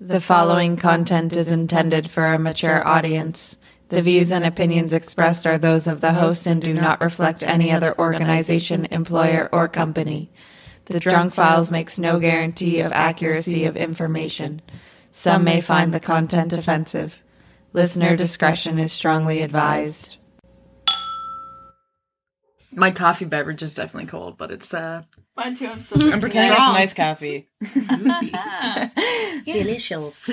The following content is intended for a mature audience. The views and opinions expressed are those of the host and do not reflect any other organization, employer, or company. The Drunk Files makes no guarantee of accuracy of information. Some may find the content offensive. Listener discretion is strongly advised. My coffee beverage is definitely cold, but it's uh, Mine too. I'm still I'm pretty Can I get strong. some iced coffee? Delicious.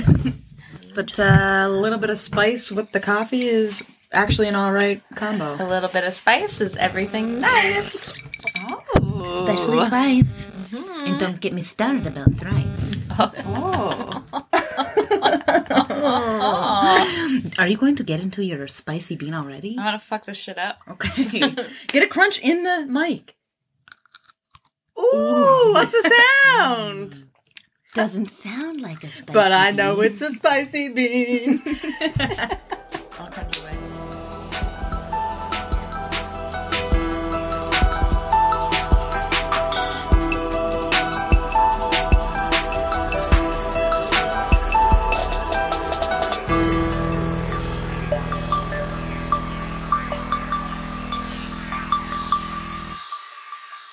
but uh, a little bit of spice with the coffee is actually an all right combo. A little bit of spice is everything nice. Oh. Especially twice. Mm-hmm. And don't get me started about thrice. Oh. Are you going to get into your spicy bean already? I'm gonna fuck this shit up. Okay, get a crunch in the mic. Ooh, what's the sound? Doesn't sound like a spicy but I know it's a spicy bean.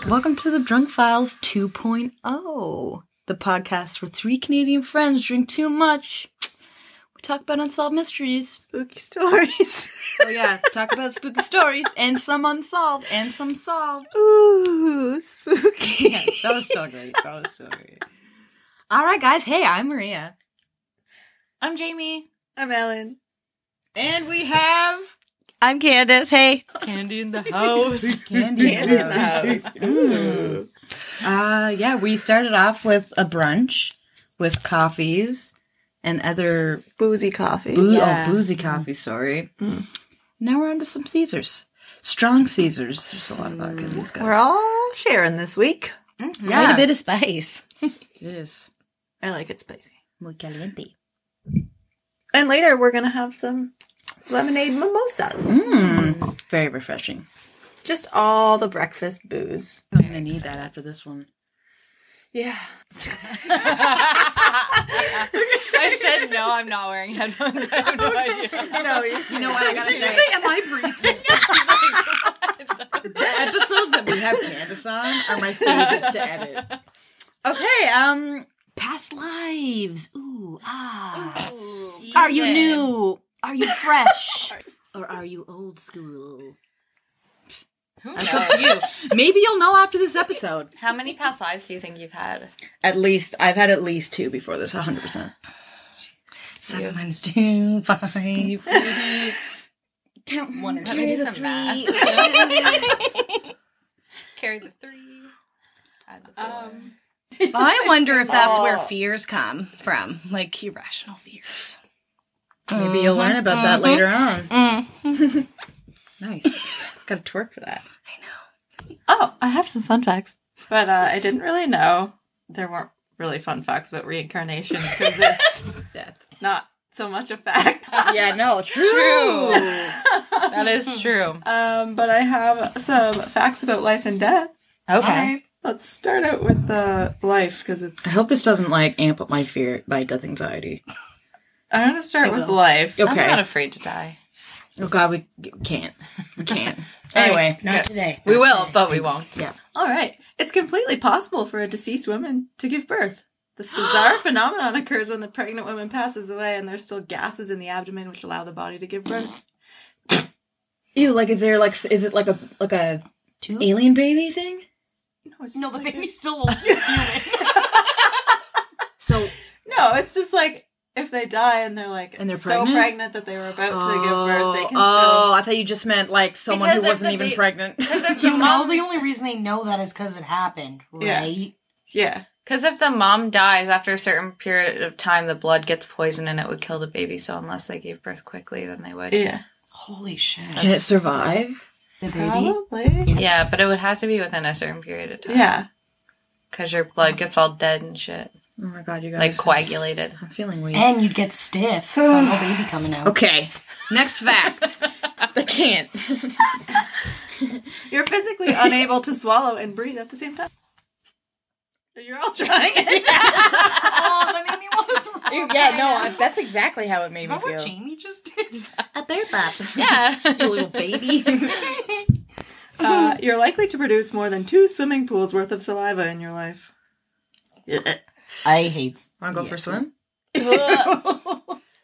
Welcome to the Drunk Files 2.0, the podcast where three Canadian friends drink too much. We talk about unsolved mysteries. spooky stories. Oh, yeah, talk about spooky stories and some unsolved and some solved. Ooh, spooky. Yeah, that was so great. That was so great. All right, guys. Hey, I'm Maria. I'm Jamie. I'm Ellen. And we have I'm Candace. Hey. Candy in the house. Candy. Candy in the house. Ooh. Uh, yeah, we started off with a brunch with coffees and other Boozy coffee. Boo- Yeah. oh, boozy coffee, sorry. Mm. Now we're on to some Caesars. Strong Caesars. There's a lot of vodka in these guys. We're all sharing this week. yeah, Quite a bit of spice. it is. I like it spicy. Muy caliente. And later we're gonna have some lemonade mimosas. Mm, very refreshing. Just all the breakfast booze. I'm going to need that after this one. Yeah. I said no, I'm not wearing headphones. I have no idea. No, you You know what? I got to say, am I breathing? the episodes that we have Candace on are my favorites to edit. Okay, um, Past lives. Ooh, ah. are you new? Are you fresh? or are you old school? Who it's up knows? to you. Maybe you'll know after this episode. How many past lives do you think you've had? At least I've had at least two before this, 100%. Seven minus two, five. Count one or Let me do some math. Carry the three. Add the four. I wonder if that's where Oh. fears come from, like irrational fears. Mm-hmm. Maybe you'll learn about that later on. nice. Got to twerk for that. Oh, I have some fun facts. But uh, I didn't really know there weren't really fun facts about reincarnation because it's Death. not so much a fact. Yeah, no, true. True. that is true. Um, but I have some facts about life and death. Okay. Let's start out with the life because it's. I hope this doesn't like amp up my fear, my death anxiety. I'm going to start with life. Yep. I'm Okay. not afraid to die. Oh God, we g- can't. We can't. anyway, Good. Not today. We will, but we won't. All right. It's completely possible for a deceased woman to give birth. This bizarre phenomenon occurs when the pregnant woman passes away and there's still gases in the abdomen which allow the body to give birth. ew. Like, is there like, s- is it like a like a alien baby thing? No, it's just like a- still old. So No, it's just like if they die and they're like And they're so pregnant? pregnant that they were about to give birth, they can oh, I thought you just meant like someone Because who if wasn't the even ba- pregnant. Because if the No, the mom, only reason they know that is because it happened, Yeah. right? still. Yeah. because if the mom dies after a certain period of time, the blood gets poisoned and it would kill the baby. So unless they gave birth quickly, then they would. Yeah. Holy shit. Can it survive? The baby. Probably. Yeah, but it would have to be within a certain period of time. Yeah. Because your blood gets all dead and shit. Oh my God, you Like guys! coagulated. I'm feeling weird. And you'd get stiff. So no baby coming out. Okay, next fact. I can't. You're physically unable to swallow and breathe at the same time. You're all trying Oh, it. that made me want to throw yeah, no, I- that's exactly how it made me feel. Jamie just did? A bear bop. Yeah. little baby. Uh, you're likely to produce more than two swimming pools worth of saliva in your life. Uh, I hate. Want to go for a swim?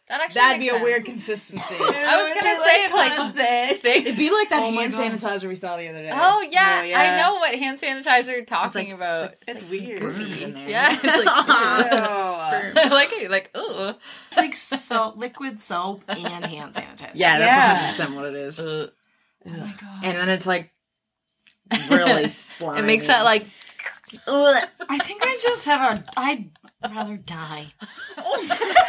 That actually That'd be a makes sense. weird consistency. I was gonna say it's like It'd be like that Oh my hand God. sanitizer we saw the other day. Oh yeah, Oh, yeah. I know what hand sanitizer you're talking about. It's weird. yeah, it's Oh, like, I like it. You're like, ooh. It's like so liquid soap and hand sanitizer. Oh Yeah, Yeah. that's 100% what it is. And then it's like really slimy. It makes that like I think I just have a. I'd rather die.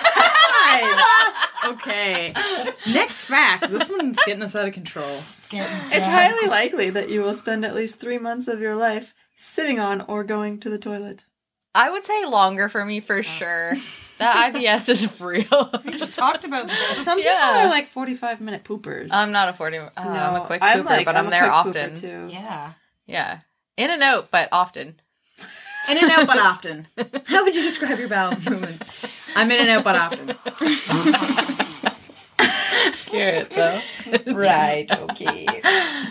Okay. Next fact. This one's getting us out of control. It's getting it's highly likely that you will spend at least three months of your life sitting on or going to the toilet. I would say longer for me for sure. That IBS is real. Talked about this. Some people Yeah. are like 45 minute poopers. I'm not a forty. Uh, I'm a quick pooper, like- but I'm, a there quick pooper, often. Too. Yeah. Yeah, in and out, but often. In and out, but often. How would you describe your bowel movement? I'm in and out, but often. Cute though. Right, okay.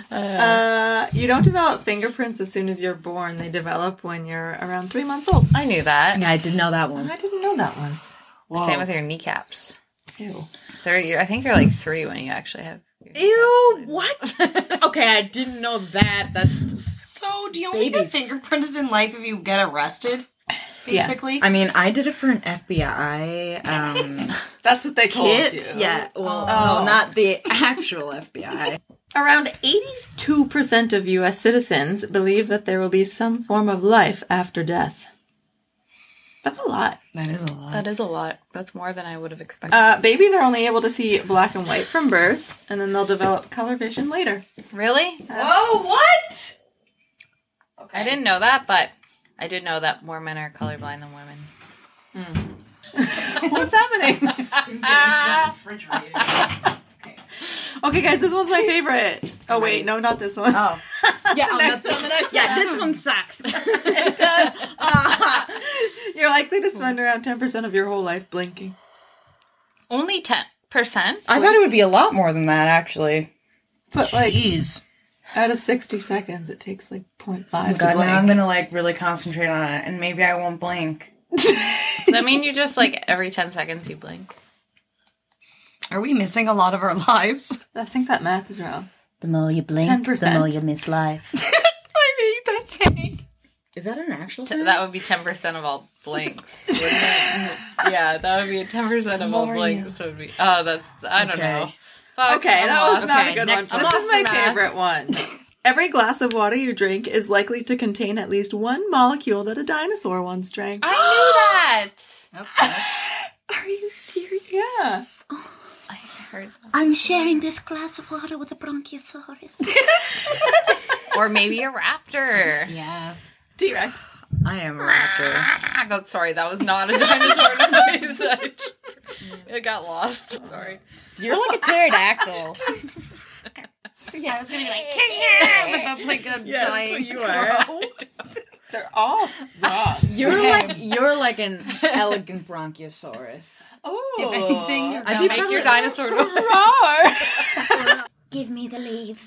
uh, you don't develop fingerprints as soon as you're born, they develop when you're around three months old. I knew that. Yeah, I did know that one. I didn't know that one. Same with your kneecaps. Ew. They're, you're, I think you're like three when you actually have. your Ew, what? okay, I didn't know that. That's just... So do you only get fingerprinted in life if you get arrested? Basically. I mean, I did it for an FBI um, That's what they told kit. you. Yeah, well, not the actual FBI. Around 82% of US citizens believe that there will be some form of life after death. That's a lot. That is a lot. That is a lot. That's more than I would have expected. Uh, babies are only able to see black and white from birth, and then they'll develop color vision later. really? Whoa, what? I didn't know that, but I did know that more men are colorblind than women. What's happening? okay, guys, this one's my favorite. Oh, wait, no, not this one. Oh. Yeah, oh, that's, yeah, this one sucks. It does. You're likely to spend around 10% of your whole life blinking. Only 10%? I thought it would be a lot more than that, actually. But, like, Jeez. out of 60 seconds, it takes like 0.5 to God, now I'm blink. gonna like really concentrate on it, and maybe I won't blink. I mean, you just like every 10 seconds you blink. Are we missing a lot of our lives? I think that math is wrong. The more you blink, 10%. the more you miss life. I hate that saying. Is that an actual T- That would be 10% of all blinks. wouldn't it? yeah, that would be 10% of all blinks. Would be, oh, that's, I don't know. Fuck, Okay, I'm that lost. was not Okay, a good one. next This one. I'm is lost my in math. favorite one. Every glass of water you drink is likely to contain at least one molecule that a dinosaur once drank. I knew that. Are you serious? Yeah. I'm sharing this glass of water with a bronchiosaurus. Or maybe a raptor. Yeah. T Rex. I am a raptor. Ah, God, sorry, that was not a dinosaur noise. I tr- It got lost. Sorry. You're like a pterodactyl. I was gonna be like, yeah, but that's like a yeah, that's what you are. They're all raw. You're like you're like an elegant bronchiosaurus. oh. Anything you're I'd be Make probably- your dinosaur noise. Give me the leaves.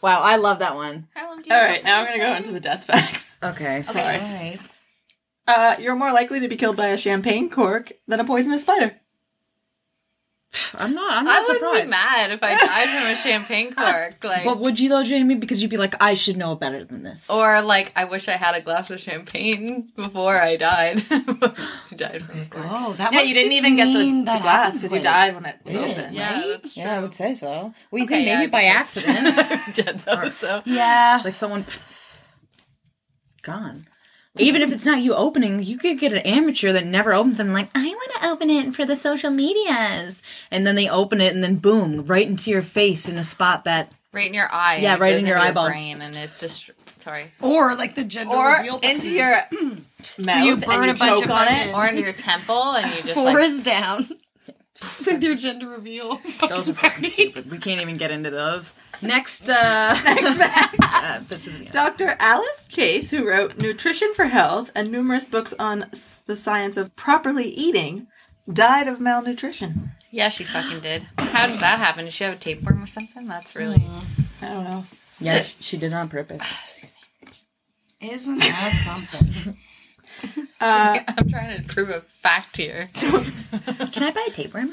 Wow, I love that one. All right, now I'm going to go into the death facts. Okay. Sorry. Uh, you're more likely to be killed by a champagne cork than a poisonous spider. I'm not I'm I not would surprised. be mad if I died from a champagne cork. Like, But would you though, Jamie? Because you'd be like, I should know better than this. or like, I wish I had a glass of champagne before I died. I died from a cork. Oh, that Yeah, must you didn't be even get the, mean the that glass happened because you with- died when it was Yeah. open. Yeah, that's true. yeah, I would say so. Well you Okay, think maybe yeah, by because- accident. Dead though, so. Yeah. like someone gone. Even if it's not you opening, you could get an amateur that never opens them like, I want to open it for the social medias. And then they open it and then boom, right into your face in a spot that Right in your eye. Yeah, and it right goes in your into eyeball. brain, and it just. Sorry. Or like the gender Or reveal into your mouth You and burn you a bunch choke of on bunches. it. Or into your temple, and you just like. forest down. With your gender reveal. those are fucking stupid. We can't even get into those. Next uh Next uh, this is me. Dr. Alice Chase, who wrote Nutrition for Health and numerous books on s- the science of properly eating, died of malnutrition. Yeah, she fucking did. How did that happen? Did she have a tapeworm or something? That's really. I don't know. Yeah, sh- she did on purpose. Isn't that something? Uh, I'm trying to prove a fact here. Can I buy a tapeworm?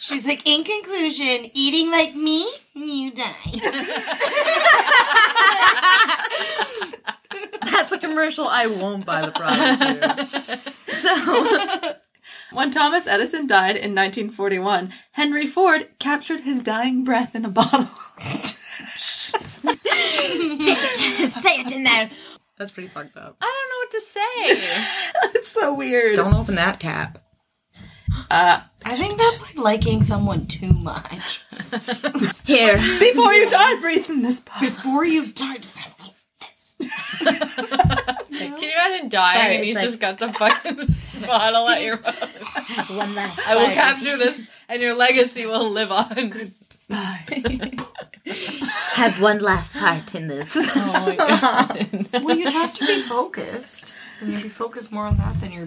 She's like, in conclusion, eating like me, you die. That's a commercial I won't buy the product. to. So When Thomas Edison died in 1941, Henry Ford captured his dying breath in a bottle. Stay it in there. that's pretty fucked up. I don't know what to say. it's so weird. Don't open that cap. I think that's like liking someone too much. Here, Before you die, breathe in this bottle. Before you die, just have a little. Can you imagine dying Sorry, and he's it's just got the fucking bottle at your mouth? one last. I will capture this, and your legacy will live on. have one last part in this. Oh my god. Well, you'd have to be focused. And if you focus more on that than your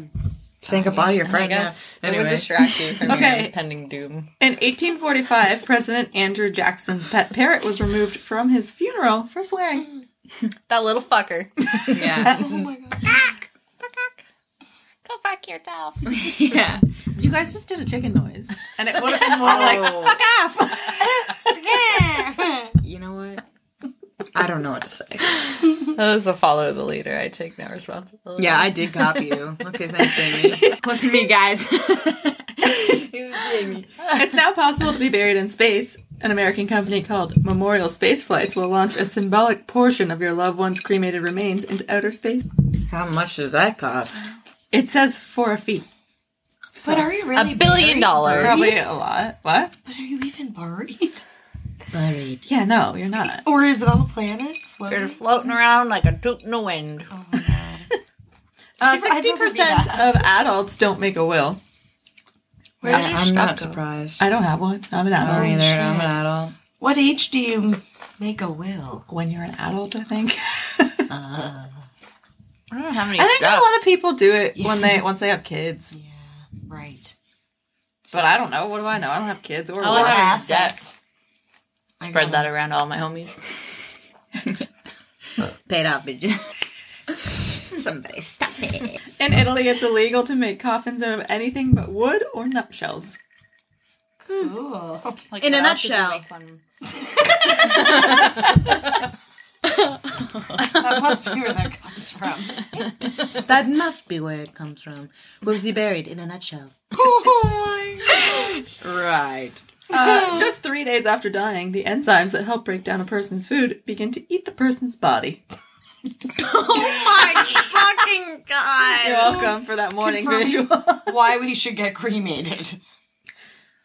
Think of all your friends. I guess it Anyway. would distract you from your Okay. impending doom. In 1845, President Andrew Jackson's pet parrot was removed from his funeral for swearing. That little fucker. Oh Yeah. Go fuck yourself. yeah. You guys just did a chicken noise, and it would have been more like "fuck off." yeah. You know what? I don't know what to say. That was a follow the leader. I take no responsibility. Yeah, I did copy you. Okay, thanks, Amy. Wasn't me, guys. it's now possible to be buried in space. An American company called Memorial Space Flights will launch a symbolic portion of your loved one's cremated remains into outer space. How much does that cost? It says four feet. But are you really A billion dollars. Probably a lot. What? But are you even buried? Buried. Yeah, no, you're not. Or is it on a planet? They're Floating? just floating around like a toot in the wind. Uh, I'd Sixty rather be percent that. of adults don't make a will. Where's your I'm stuff not go? surprised. I don't have one. I'm an I adult. don't either. I'm an adult. What age do you make a will? When you're an adult, I think. I don't know how many. I think a lot of people do it Yeah. when they once they have kids. Yeah, right. But I don't know. What do I know? I don't have kids or. I What have assets? I Spread know. that around to all my homies. Paid off, bitches. Somebody stop it. In Italy, it's illegal to make coffins out of anything but wood or nutshells. Cool. Like, In a what else did they nutshell. make one- That must be where that comes from. That must be where it comes from. Where was he buried? In a nutshell. Right. Uh, just three days after dying, the enzymes that help break down a person's food begin to eat the person's body. oh my fucking god! You're welcome for that morning visual. Why we should get cremated.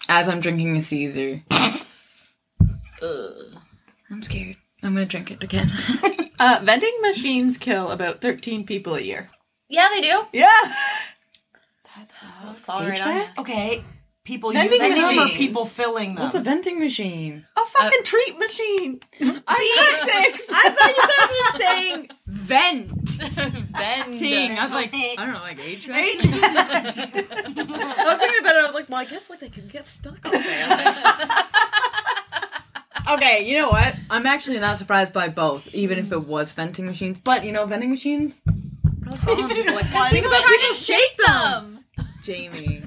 As I'm drinking a Caesar. I'm scared. I'm gonna drink it again. Uh, vending machines kill about 13 people a year. Yeah, they do. Yeah, That's Fall right on that. okay. People Vending using them or machines. people filling them? What's a vending machine? a fucking treat machine. I six. I thought you guys were saying vent. Venting. I was like, I don't know, like age. I was thinking about it. I was like, well, I guess like they could get stuck on there. okay, you know what? I'm actually not surprised by both, even if it was vending machines. But you know, vending machines. Even if People trying to shake them. Jamie.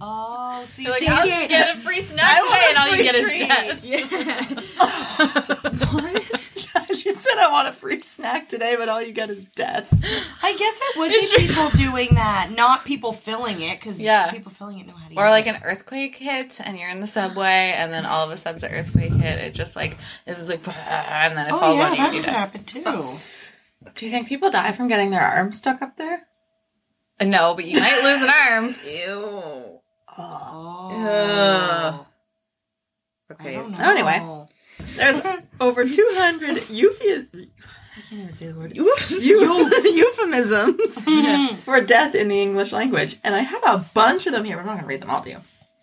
oh, so you Like, see, I'll it. get a free snack I want today, a and all you free get is treat. death. Yeah. she said, "I want a free snack today, but all you get is death." I guess it would be people doing that, not people filling it, because Yeah. people filling it know how to. Or use like an earthquake hits and you're in the subway and then all of a sudden the earthquake hit. It just like it was like and then it it. oh falls yeah, on you that and you could die. happen too. Do you think people die from getting their arms stuck up there? Uh, No, but you might lose an arm. Ew. Oh, I Okay. don't know. Oh, anyway. There's over 200 euphi- I can't even say the word. Eu- euphemisms for death in the English language. And I have a bunch of them here, but I'm not going to read them all to you.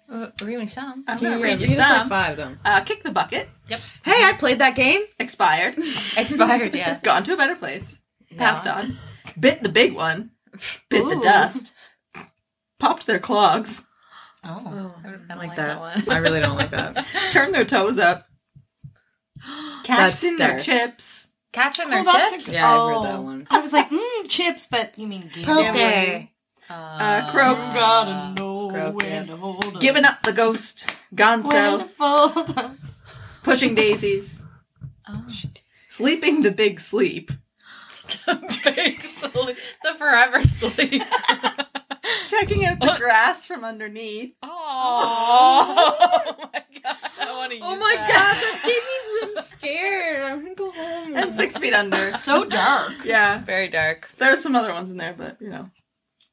Uh, Read me some. I'm going to Yeah, read you these are some. five of them. Uh, kick the bucket. Hey, I played that game. Expired. Expired, yeah. Gone to a better place. Passed on. Bit the big one. Bit the dust. Popped their clogs. Oh, I don't I like, like that, that. one. I really don't like that. Turn their toes up. Catch That's in their Steph. chips. Catching Well, their that's chips. a- Yeah, I've heard that Oh. one. I was like, mm, chips, but you mean gambling. Gambling. Uh, croaked. gotta know when Giving up the ghost. Gone When to south. fold up. Pushing daisies. Oh. Sleeping the big sleep. Big sleep. The forever sleep. Checking out the grass from underneath. Oh, oh my god! Oh I want to use god, that that. baby! I'm scared. I'm gonna go home. And six feet under. So dark. Yeah. Very dark. There's some other ones in there, but you know.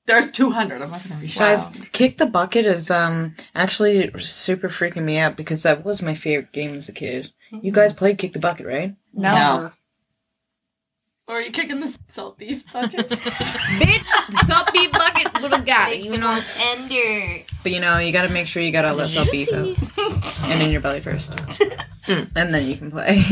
There's 200. I'm not going to reach Guys, out. kick the bucket is um actually super freaking me out because that was my favorite game as a kid. You guys played kick the bucket, right? No. Or are you kicking the salt beef bucket? Bitch, salt beef bucket, little guy. It's an old tender. But you know, you gotta make sure you got all that salt beef out and in your belly first, Hmm. and then you can play.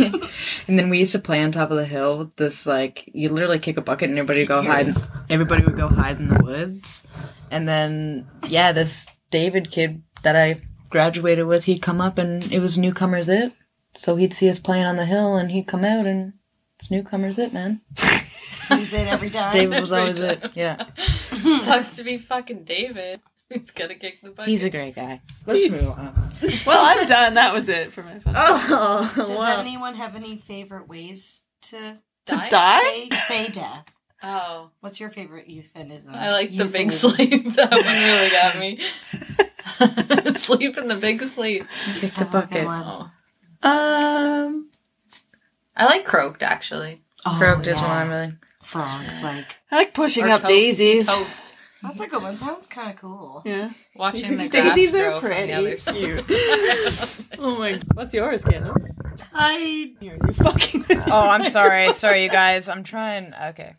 and then we used to play on top of the hill with this like you literally kick a bucket and everybody would go hide. Everybody would go hide in the woods, and then yeah, this David kid that I graduated with, he'd come up and it was newcomers it, so he'd see us playing on the hill and he'd come out and. it's Newcomers, it man. Use it every time. David was always it. Yeah, Sucks to be fucking David. He's gonna kick the bucket. he's a great guy. Let's move on. well, I'm done. That was it for my fun. Oh, Does anyone have any favorite ways to Die? Die? say, say death? Oh, What's your favorite euphemism? I like the big Euphemism. sleep. That one really got me. sleep in the big sleep. kick the That was a good bucket. one. Oh. Um, I like croaked actually. Oh, Croaked is yeah. one I'm really. Frog, like. I like pushing Or up toast. daisies. Toast. That's a good one. Sounds kind of cool. Yeah. Watching the grass daisies grow are from the pretty other side. cute. oh my! What's yours, Candace? I Yours, you fucking. Oh, I'm sorry. Sorry, you guys. I'm trying. Okay.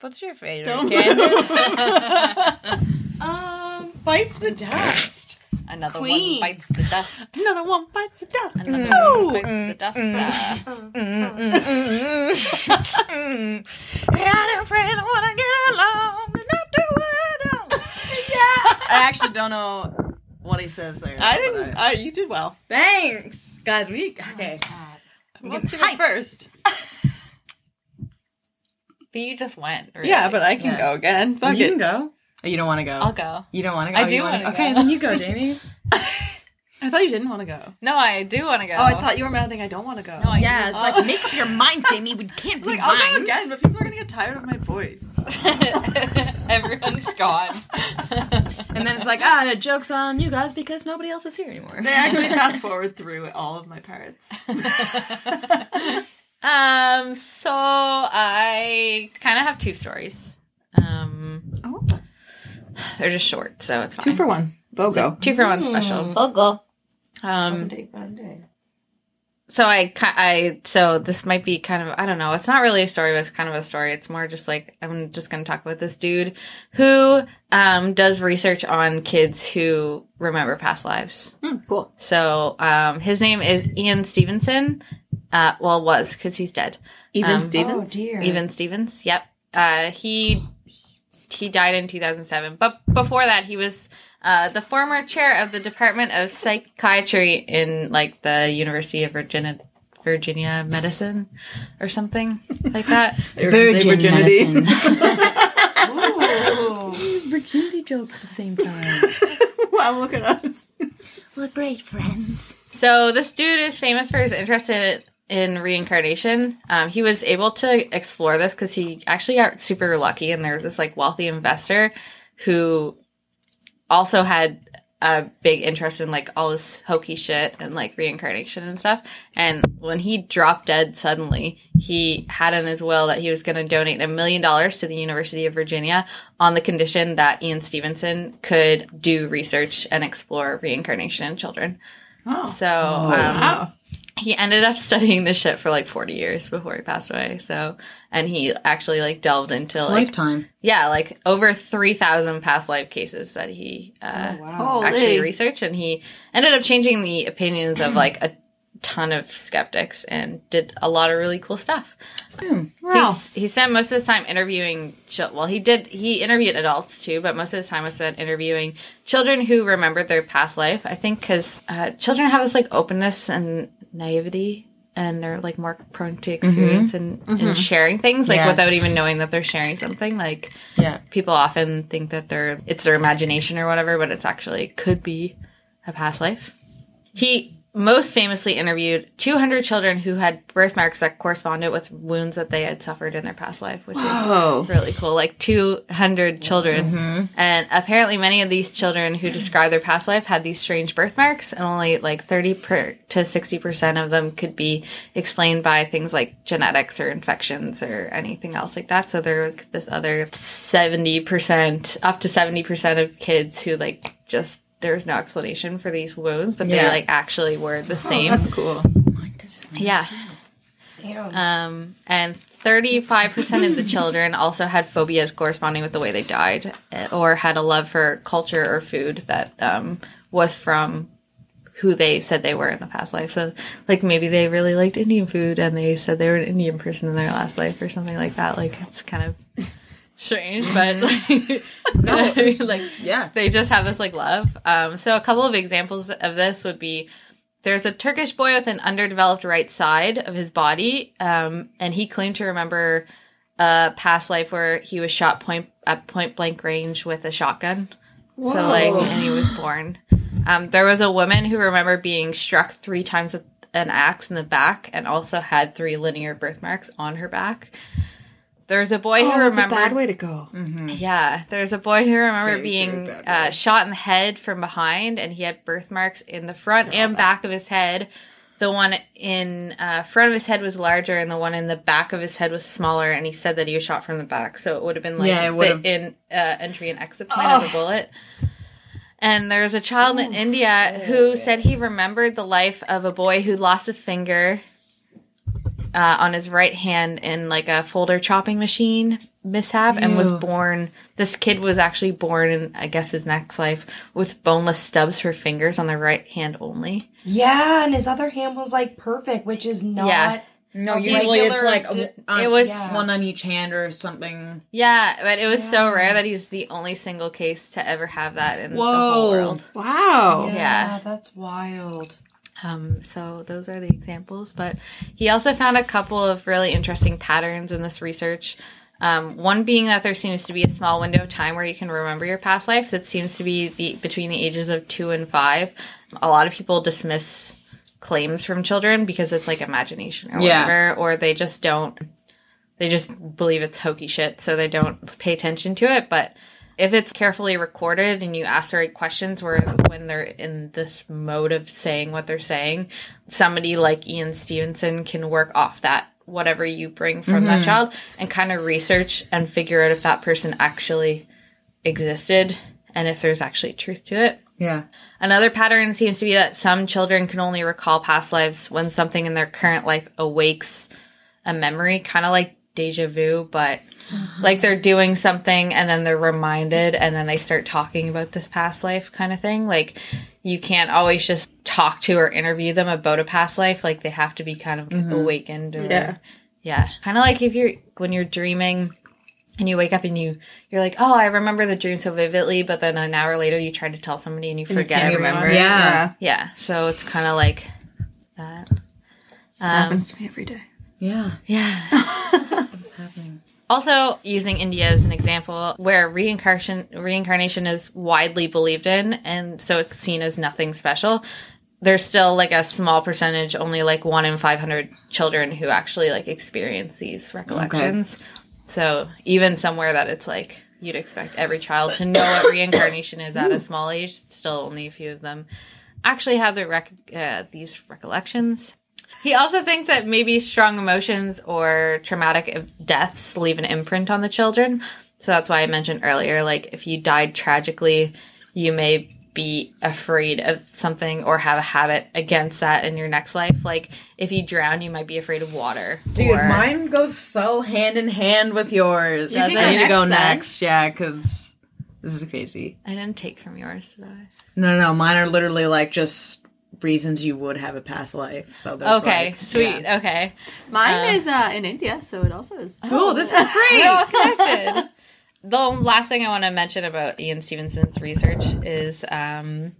What's your favorite? Don't- Candace? um bites the dust. Another Queen. one bites the dust. Another one bites the dust. Another one bites the dust. Uh, I actually don't know what he says there. I didn't. I, you did well. Thanks, guys. We okay. Let's do it first. but you just went. Really. Yeah, but I can Yeah. go again. Fuck You can it. go. Oh, you don't want to go. I'll go. You don't want to go. I Oh, do you wanna- wanna Okay, go. then you go, Jamie. I thought you didn't want to go. No, I do want to go. Oh, I thought you were mouthing. I don't want to go. No, I yeah, it's it's like, like make up your mind, Jamie. We I can't was be like I'll go again, but people are gonna get tired of my voice. do. Everyone's gone. And then it's like, ah, the joke's on you guys because nobody else is here anymore. They actually fast forward through all of my parts. um, so I kind of have two stories. Um, Oh, they're just short, so it's fine. two for one. Bogo. Two for one special. Bogle. Um, so I, ki- I, so this might be kind of, I don't know. It's not really a story, but it's kind of a story. It's more just like, I'm just going to talk about this dude who, um, does research on kids who remember past lives. cool. So, um, his name is Ian Stevenson. Uh, well, was because he's dead. Even Um, oh, Stevens. dear. Even Stevens. Yep. Uh, he he died in 2007. But before that, he was uh, the former chair of the Department of Psychiatry in like the University of Virginia Virginia Medicine or something like that. Virgin virginity. Virginity joke at the same time. I'm looking at us. We're great friends. So this dude is famous for his interest in in reincarnation. Um, he was able to explore this because he actually got super lucky, and there was this like wealthy investor who also had a big interest in like all this hokey shit and like reincarnation and stuff. And when he dropped dead suddenly, he had in his will that he was going to donate a million dollars to the University of Virginia on the condition that Ian Stevenson could do research and explore reincarnation in children. So Oh. um, he ended up studying this shit for like 40 years before he passed away. So, and he actually like delved into like, Lifetime. yeah, like over 3,000 past life cases that he uh, actually researched. And he ended up changing the opinions of like a ton ton of skeptics and did a lot of really cool stuff. Wow. He's- He spent most of his time interviewing. chil- Well, he did. He interviewed adults too, but most of his time was spent interviewing children who remembered their past life. I think because uh, children have this like openness and naivety, and they're like more prone to experience and, and sharing things like Yeah. without even knowing that they're sharing something. Like Yeah. people often think that they're it's their imagination or whatever, but it's actually could be a past life. He most famously interviewed 200 children who had birthmarks that corresponded with wounds that they had suffered in their past life, which was really cool. Like 200 children. And apparently, many of these children who described their past life had these strange birthmarks, and only like 30 per- to 60% of them could be explained by things like genetics or infections or anything else like that. So there was this other 70%, up to 70% of kids who like just there's no explanation for these wounds, but they Yeah. like actually were the same. That's cool. yeah. Um, and 35% of the children also had phobias corresponding with the way they died eh, or had a love for culture or food that um, was from who they said they were in the past life. So, like, maybe they really liked Indian food and they said they were an Indian person in their last life or something like that. Like, it's kind of strange, but like, like, Yeah. they just have this like love. Um, so a couple of examples of this would be there's a Turkish boy with an underdeveloped right side of his body, um, and he claimed to remember a past life where he was shot point at point blank range with a shotgun. So like, and he was born. Um, there was a woman who remembered being struck three times with an axe in the back, and also had three linear birthmarks on her back. There's a boy who Oh, that's a remembered bad way to go. yeah, there's a boy who remembered Mm. Very, very being bad uh, shot in the head from behind, and he had birthmarks in the front and back of his head. The one in uh, front of his head was larger, and the one in the back of his head was smaller. And he said that he was shot from the back, so it would have been like Yeah, it the would've- in uh, entry and exit point of the bullet. And there's a child in Oh, India who said he remembered the life of a boy who lost a finger uh, on his right hand in like a folder chopping machine mishap and was born. This kid was actually born in, I guess, his next life with boneless stubs for fingers on the right hand only. Yeah, and his other hand was like perfect, which is not. Yeah. No, usually it's like a- d- on- it was- uh, one on each hand or something. Yeah, but it was so rare that he's the only single case to ever have that in the whole Whoa. world. Wow. Yeah. that's wild. Um, so those are the examples. But he also found a couple of really interesting patterns in this research. Um, one being that there seems to be a small window of time where you can remember your past lives. It seems to be the between the ages of two and five. A lot of people dismiss claims from children because it's like imagination or Yeah. whatever, or they just don't. They just believe it's hokey shit, so they don't pay attention to it. But if it's carefully recorded and you ask the right questions where when they're in this mode of saying what they're saying somebody like ian stevenson can work off that whatever you bring from that child and kind of research and figure out if that person actually existed and if there's actually truth to it Yeah. Another pattern seems to be that some children can only recall past lives when something in their current life awakes a memory, kind of like deja vu, but like they're doing something and then they're reminded and then they start talking about this past life kind of thing. Like you can't always just talk to or interview them about a past life. Like they have to be kind of awakened. Or, Mm-hmm. yeah. Yeah. Kind of like if you're, when you're dreaming, and you wake up and you you're like, oh, I remember the dream so vividly, but then an hour later you try to tell somebody and you forget. Can't I remember. remember. Yeah. yeah. So it's kind of like that. happens to me every day. Yeah. Yeah. It's happening. Also, using India as an example, where reincarnation reincarnation is widely believed in, and so it's seen as nothing special. There's still like a small percentage, only like one in five hundred children who actually like experience these recollections. So even somewhere that it's like you'd expect every child to know what reincarnation is at a small age, still only a few of them actually have the rec- uh, these recollections. He also thinks that maybe strong emotions or traumatic ev- deaths leave an imprint on the children. So that's why I mentioned earlier, like if you died tragically, you may be afraid of something or have a habit against that in your next life. Like if you drown, you might be afraid of water. Dude, or- mine goes so hand in hand with yours. You can go I need to go next, then. next. Yeah, because this is crazy. I didn't take from yours. So. No, no, mine are literally like just reasons you would have a past life. So there's Okay, like- sweet. yeah. Okay. Mine is uh, in India, so it also is. Cool. This is great. connected. The last thing I want to mention about Ian Stevenson's research is um,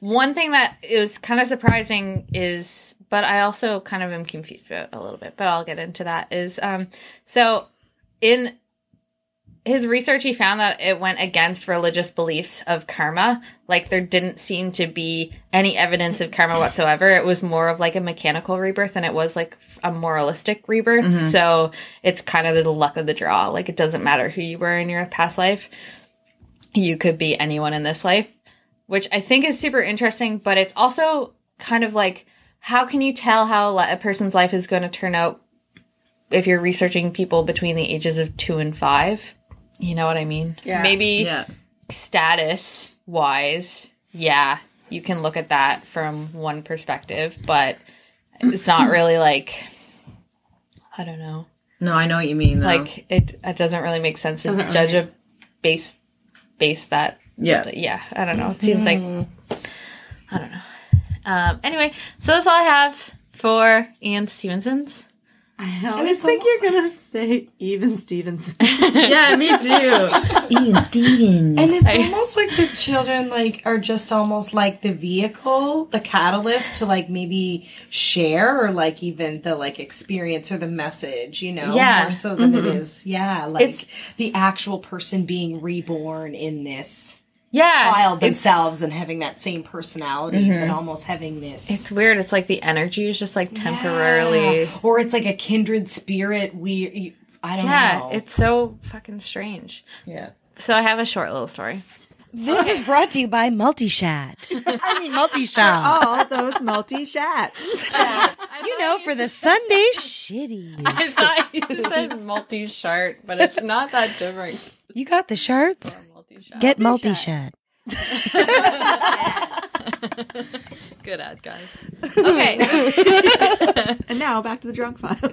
one thing that is kind of surprising is, but I also kind of am confused about a little bit, but I'll get into that. Is um, so in his research, he found that it went against religious beliefs of karma. Like there didn't seem to be any evidence of karma whatsoever. It was more of like a mechanical rebirth than it was like f- a moralistic rebirth. So it's kind of the luck of the draw. Like it doesn't matter who you were in your past life. You could be anyone in this life, which I think is super interesting, but it's also kind of like how can you tell how li- a person's life is going to turn out if you're researching people between the ages of 2 and 5? You know what I mean? Yeah. Maybe Yeah. status wise, yeah, you can look at that from one perspective, but it's not really like I don't know. No, I know what you mean. Though. Like, Like it it doesn't really make sense to judge a base base that yeah. yeah, I don't know. It seems like I don't know. Um anyway, so that's all I have for Ian Stevenson's. I always think you're gonna say even Stevenson. yeah, me too. Ian Stevens. And it's almost like the children like are just almost like the vehicle, the catalyst to like maybe share or like even the like experience or the message, you know, Yeah. Mm-hmm. more so than it is. Yeah, like It's- the actual person being reborn in this Yeah. child it's- themselves and having that same personality, Mm-hmm. but almost having this It's weird. It's like the energy is just like temporarily. Yeah. Ah. or it's like a kindred spirit. We, I don't yeah know. it's so fucking strange. Yeah. So I have a short little story. This is brought to you by Multishat. I mean, Multishat. All those multi shots. You know, for the Sunday shitties. I thought you said multi shart, but it's not that different. You got the shards? Get Multishat. Good ad, guys. Okay. And now back to the drunk files.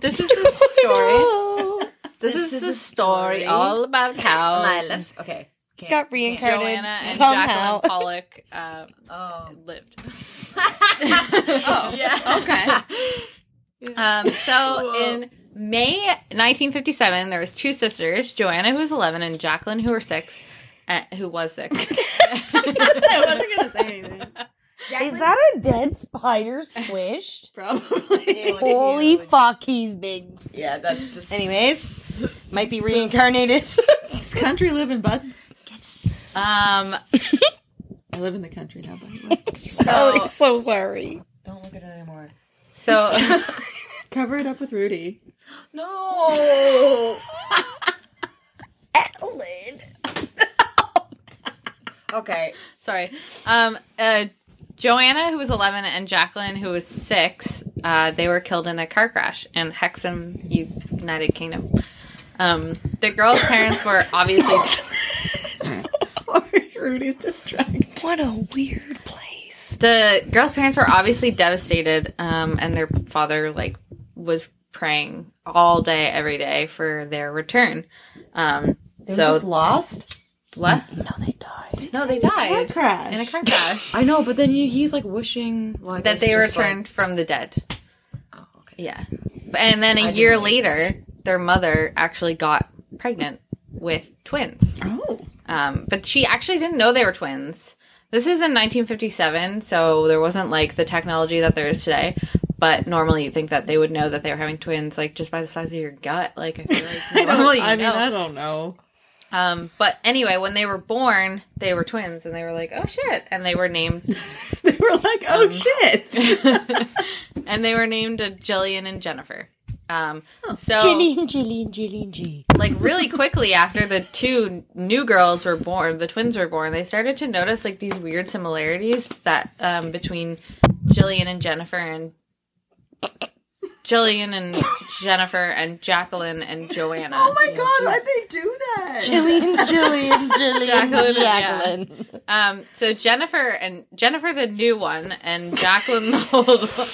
This is a story. This, is, a story all about how My left. Okay. Got reincarnated Joanna and somehow. Jacqueline Pollock uh, lived. Oh, Okay. Um, so in May 1957, there was two sisters, Joanna, who was 11, and Jacqueline, who were six, uh, who was six. I wasn't gonna say anything. Is that a dead spider squished? Probably. Holy fuck, he's big. Yeah, that's just. Anyways, might be reincarnated. It's country living, bud. Um, I live in the country now, by the way. so, so sorry. Don't look at it anymore. so Cover it up with Rudy. No. okay. Sorry. Um, uh, Joanna, who was 11, and Jacqueline, who was 6, uh, they were killed in a car crash in Hexham, United Kingdom. Um, the girls' parents were obviously. Sorry, Rudy's distracted. the girls' parents were obviously devastated, um, and their father like was praying all day, every day for their return. Um, so lost. What? No, they died. No, they died Crash. in a car crash I know, but then you, he's like wishing well, I that guess they just, returned from the dead. Like, oh, okay. Yeah. And then a year later, their mother actually got pregnant with twins. Oh. Um, but she actually didn't know they were twins. This is in 1957, so there wasn't like the technology that there is today. But normally, you'd think that they would know that they were having twins, like just by the size of your gut. Like I feel like normally, I you mean, I know. don't know. Um, but anyway, when they were born, they were twins, and they were like, "Oh shit!" and they were named They were like, oh Um, shit. and they were named uh, Jillian and Jennifer. Um, so Oh, Jillian, Jillian, Jillian, G. like really quickly after the two new girls were born, the twins were born, they started to notice like these weird similarities that um, between Jillian and Jennifer and Jillian and Jennifer and Jacqueline and Joanna. Oh my god, why'd they do that? Jillian, Jillian, Jillian, Jacqueline and- Jacqueline. Um, so Jennifer and Jennifer the new one and Jacqueline the old one.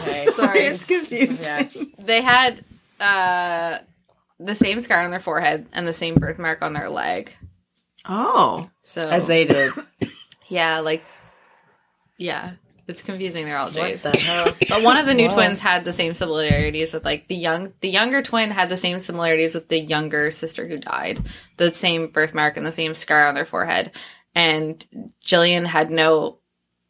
Okay. Sorry, It's confusing. Yeah. they had uh the same scar on their forehead and the same birthmark on their leg. Oh. So as they did. yeah, like yeah, it's confusing. They're all J's. the hell? But one of the new twins had the same similarities with like the young the younger twin had the same similarities with the younger sister who died. The same birthmark and the same scar on their forehead. And Jillian had no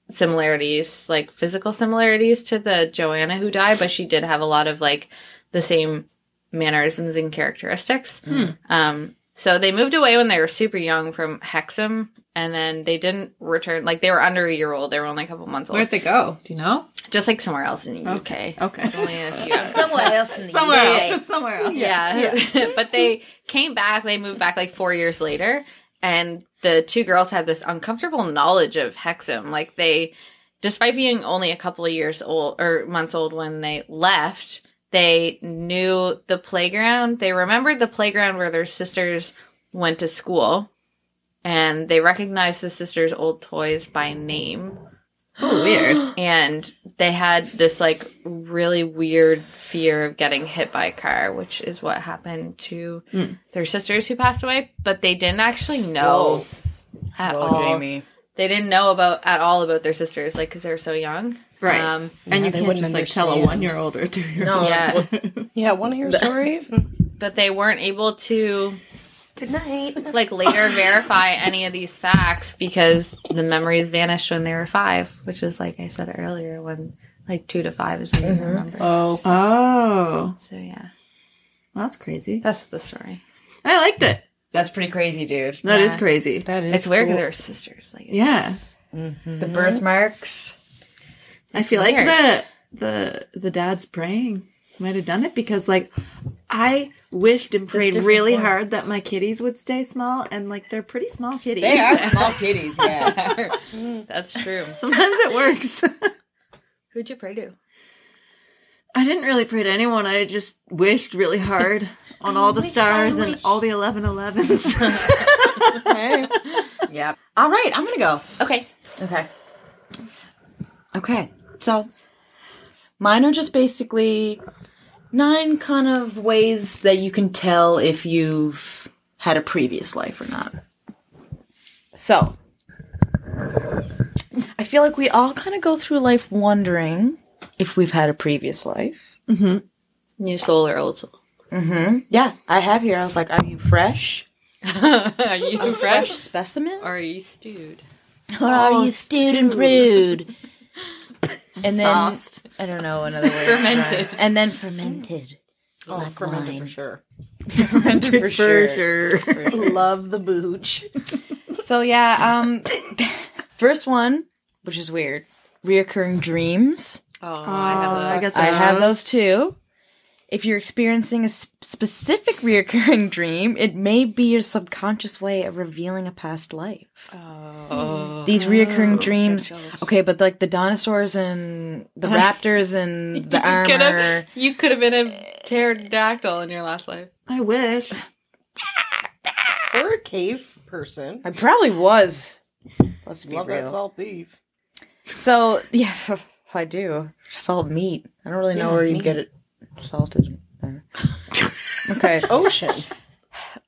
similarities, like physical similarities to the Joanna who died, but she did have a lot of like the same mannerisms and characteristics. Um so they moved away when they were super young from Hexham and then they didn't return like they were under a year old, they were only a couple months old. Where'd they go? Do you know? Just like somewhere else in the UK. Okay. It's only in a few hours. Somewhere else in the Somewhere UK. else. Just somewhere else. Yeah. but they came back, they moved back like four years later, and the two girls had this uncomfortable knowledge of Hexam. Like they despite being only a couple of years old or months old when they left, they knew the playground. They remembered the playground where their sisters went to school and they recognized the sisters' old toys by name Oh, weird. and they had this like really weird fear of getting hit by a car, which is what happened to their sisters who passed away. But they didn't actually know at Whoa, all. Oh, Jamie. They didn't know about at all about their sisters, like because they were so young. Right. Um, and you they can't wouldn't just like tell a understand. one year old or two year old. yeah, Yeah, want to hear a story? but they weren't able to Good night. like later verify any of these facts because the memories vanished when they were five, which is like I said earlier when like two to five is when you remember. oh, Oh, So yeah, well, that's crazy. that's the story. I liked it. That's pretty crazy, dude. That is Yeah. crazy. that is. It's weird cool. because they're sisters. Like, it's Yeah. just- The birthmarks. I feel weird. like the the the dad's praying might have done it because like I wished and prayed different really form. hard that my kitties would stay small, and like they're pretty small kitties. They are small kitties, yeah. that's true. Sometimes it works. Who'd you pray to? I didn't really pray to anyone. I just wished really hard on all the stars and all the eleven elevens. Oh, yep. All right, I'm going to go. Okay. Okay. Okay. So mine are just basically nine kind of ways that you can tell if you've had a previous life or not. So I feel like we all kind of go through life wondering if we've had a previous life. New soul or old soul? Mm-hmm. Yeah, I have here. I was like, are you fresh? are you Fresh fresh specimen? or are you stewed? Or are you stewed and brewed? And then Sauced. I don't know another way. fermented. And then fermented. Oh, fermented for sure. Fermented for sure. Love the booch. So yeah, um first one, which is weird, reoccurring dreams. Oh, I have those. I guess I have those too. If you're experiencing a s- specific reoccurring dream, it may be your subconscious way of revealing a past life. Oh. These reoccurring dreams, okay, but like the dinosaurs and the raptors and the Could armor. have, you could have been a pterodactyl in your last life. I wish. Or a cave person. I probably was. Let's be Love real. that salt beef. So yeah, I do salt meat. I don't really know where you get it salted. there. okay, Ocean.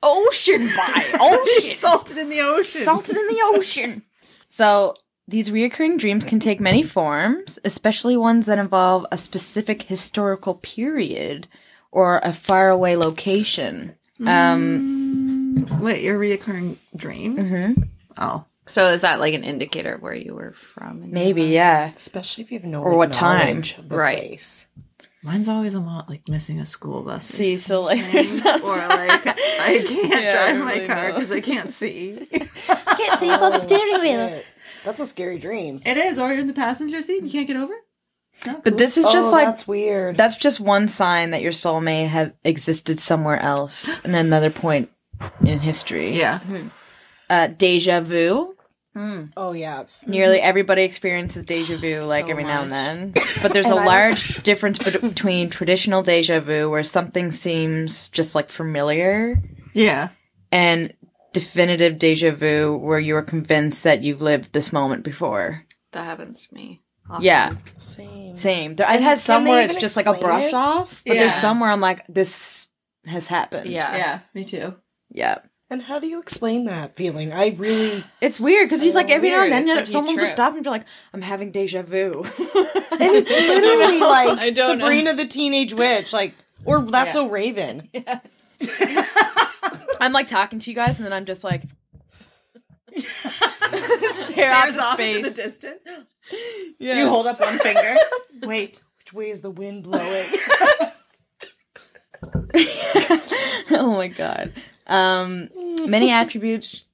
ocean by ocean, Salted in the ocean. salted in the ocean. So these reoccurring dreams can take many forms, especially ones that involve a specific historical period or a faraway location. Um, Wait, your reoccurring dream? Mm-hmm. Oh. So is that like an indicator of where you were from? and- maybe yeah. Especially if you have no Or what time. knowledge of the Right. place. Mine's always a lot like missing a school bus. or See, so like there's not or like I can't Yeah, I drive my really car know. because I can't see. Can't see up on the steering wheel. Oh, Shit. That's a scary dream. It is, or you're in the passenger seat and you can't get over. But this is just oh, like that's weird. That's just one sign that your soul may have existed somewhere else in another point in history. Yeah. Hmm. Uh, deja vu. oh yeah. Nearly everybody experiences deja vu like every now and then. But there's a large difference bet- between traditional deja vu, where something seems just like familiar, Yeah. and definitive deja vu, where you are convinced that you've lived this moment before. That happens to me. often. Yeah, Same. same. There, I've had can they somewhere it's even just like a explain brush it? off, but there's Yeah. somewhere I'm like, this has happened. Yeah. Yeah, me too. Yeah. And how do you explain that feeling? I really. It's weird because he's like every Weird, now and it's then like you someone will trip. stop and be like, "I'm having deja vu." And it's literally I like don't know. Sabrina the Teenage Witch, like, or That's Yeah. So Raven. I'm like talking to you guys, and then I'm just like stare out Stares into off space. into the distance. You hold up one finger. Wait, which way is the wind blowing? oh my god. Um, many attributes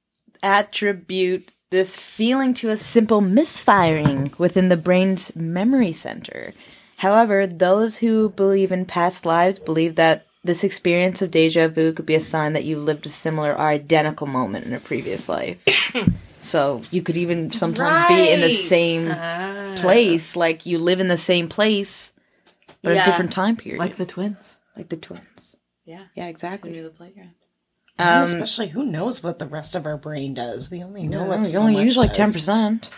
attribute this feeling to a simple misfiring within the brain's memory center. However, those who believe in past lives believe that this experience of deja vu could be a sign that you lived a similar or identical moment in a previous life. so you could even sometimes be in the Right. same place, like you live in the same place, but Yeah. a different time period. Like the twins. Like the twins. Yeah. Yeah, exactly. Near the playground. And Um, especially, who knows what the rest of our brain does? We only know No, what Oh, you Oh, so only much use like does. 10%.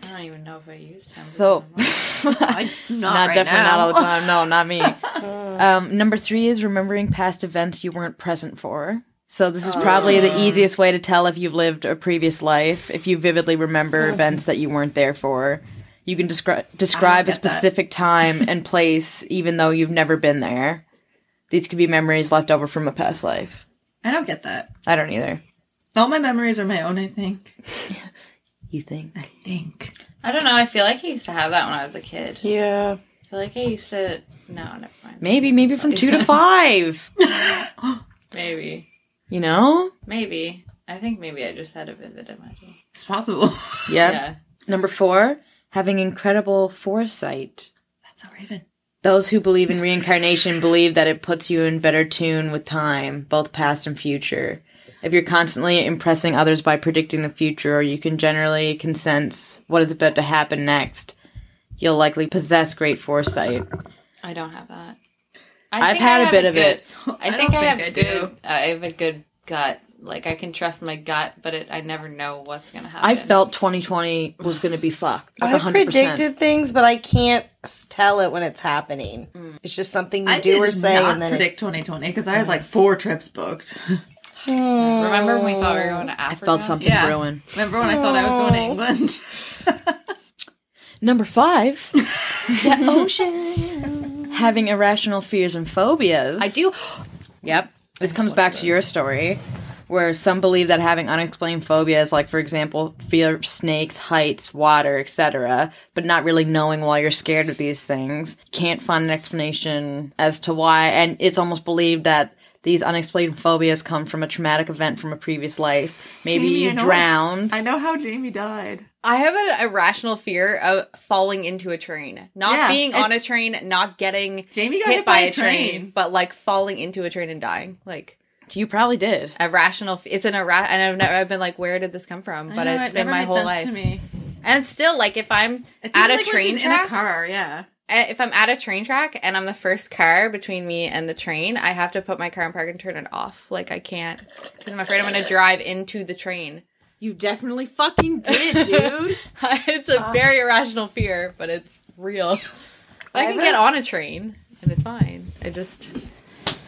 I don't even know if I used So, not, right definitely not now. all the time. No, not me. um, number three is remembering past events you weren't present for. So this is probably the Oh. easiest way to tell if you've lived a previous life if you vividly remember events that you weren't there for. You can descri- describe a get that. specific time and place even though you've never been there. These could be memories left over from a past life. I don't get that. I don't either. All my memories are my own, I think. You think? I think. I don't know. I feel like I used to have that when I was a kid. Yeah. I feel like I used to. No, never mind. Maybe, maybe from two to five. Maybe. You know? Maybe. I think maybe I just had a vivid imagination. It's possible. Yep. Yeah. Number four, having incredible foresight. That's a raven. Those who believe in reincarnation believe that it puts you in better tune with time, both past and future. If you're constantly impressing others by predicting the future, or you can generally can sense what is about to happen next, you'll likely possess great foresight. I don't have that. I've think had a have bit of good- it. I think I, have good. I have a good gut. Like I can trust my gut, but it, I never know what's gonna happen. I felt 2020 was going to be fucked. Like I 100%. predicted things, but I can't s- tell it when it's happening. It's just something you I do did or say, not and then predict 2020 because I had like four trips booked. Remember when we thought we were going to Africa? I felt something brewing. Remember when I thought I was going to England? Number five, the ocean. Having irrational fears and phobias. I do. Yep. This comes back to your story where some believe that having unexplained phobias, like for example, fear of snakes, heights, water, etc., but not really knowing why you're scared of these things, can't find an explanation as to why. And it's almost believed that these unexplained phobias come from a traumatic event from a previous life. Maybe Jamie, I you know- drowned. I know how Jamie died. I have an irrational fear of falling into a train, not Yeah, being and- on a train, not getting Jamie hit, got hit by, a train, but like falling into a train and dying. Like you probably did. Irrational. f- It's an irrational, and I've never. I've been like, where did this come from? But know, it's it been never my made whole sense life. to me. And it's still like if I'm It's even, at like, a when train she's in a track, car, yeah. If I'm at a train track and I'm the first car between me and the train, I have to put my car in park and turn it off. Like I can't because I'm afraid I'm going to drive into the train. You definitely fucking did, dude. it's a very irrational fear, but it's real. But I can get on a train and it's fine. I just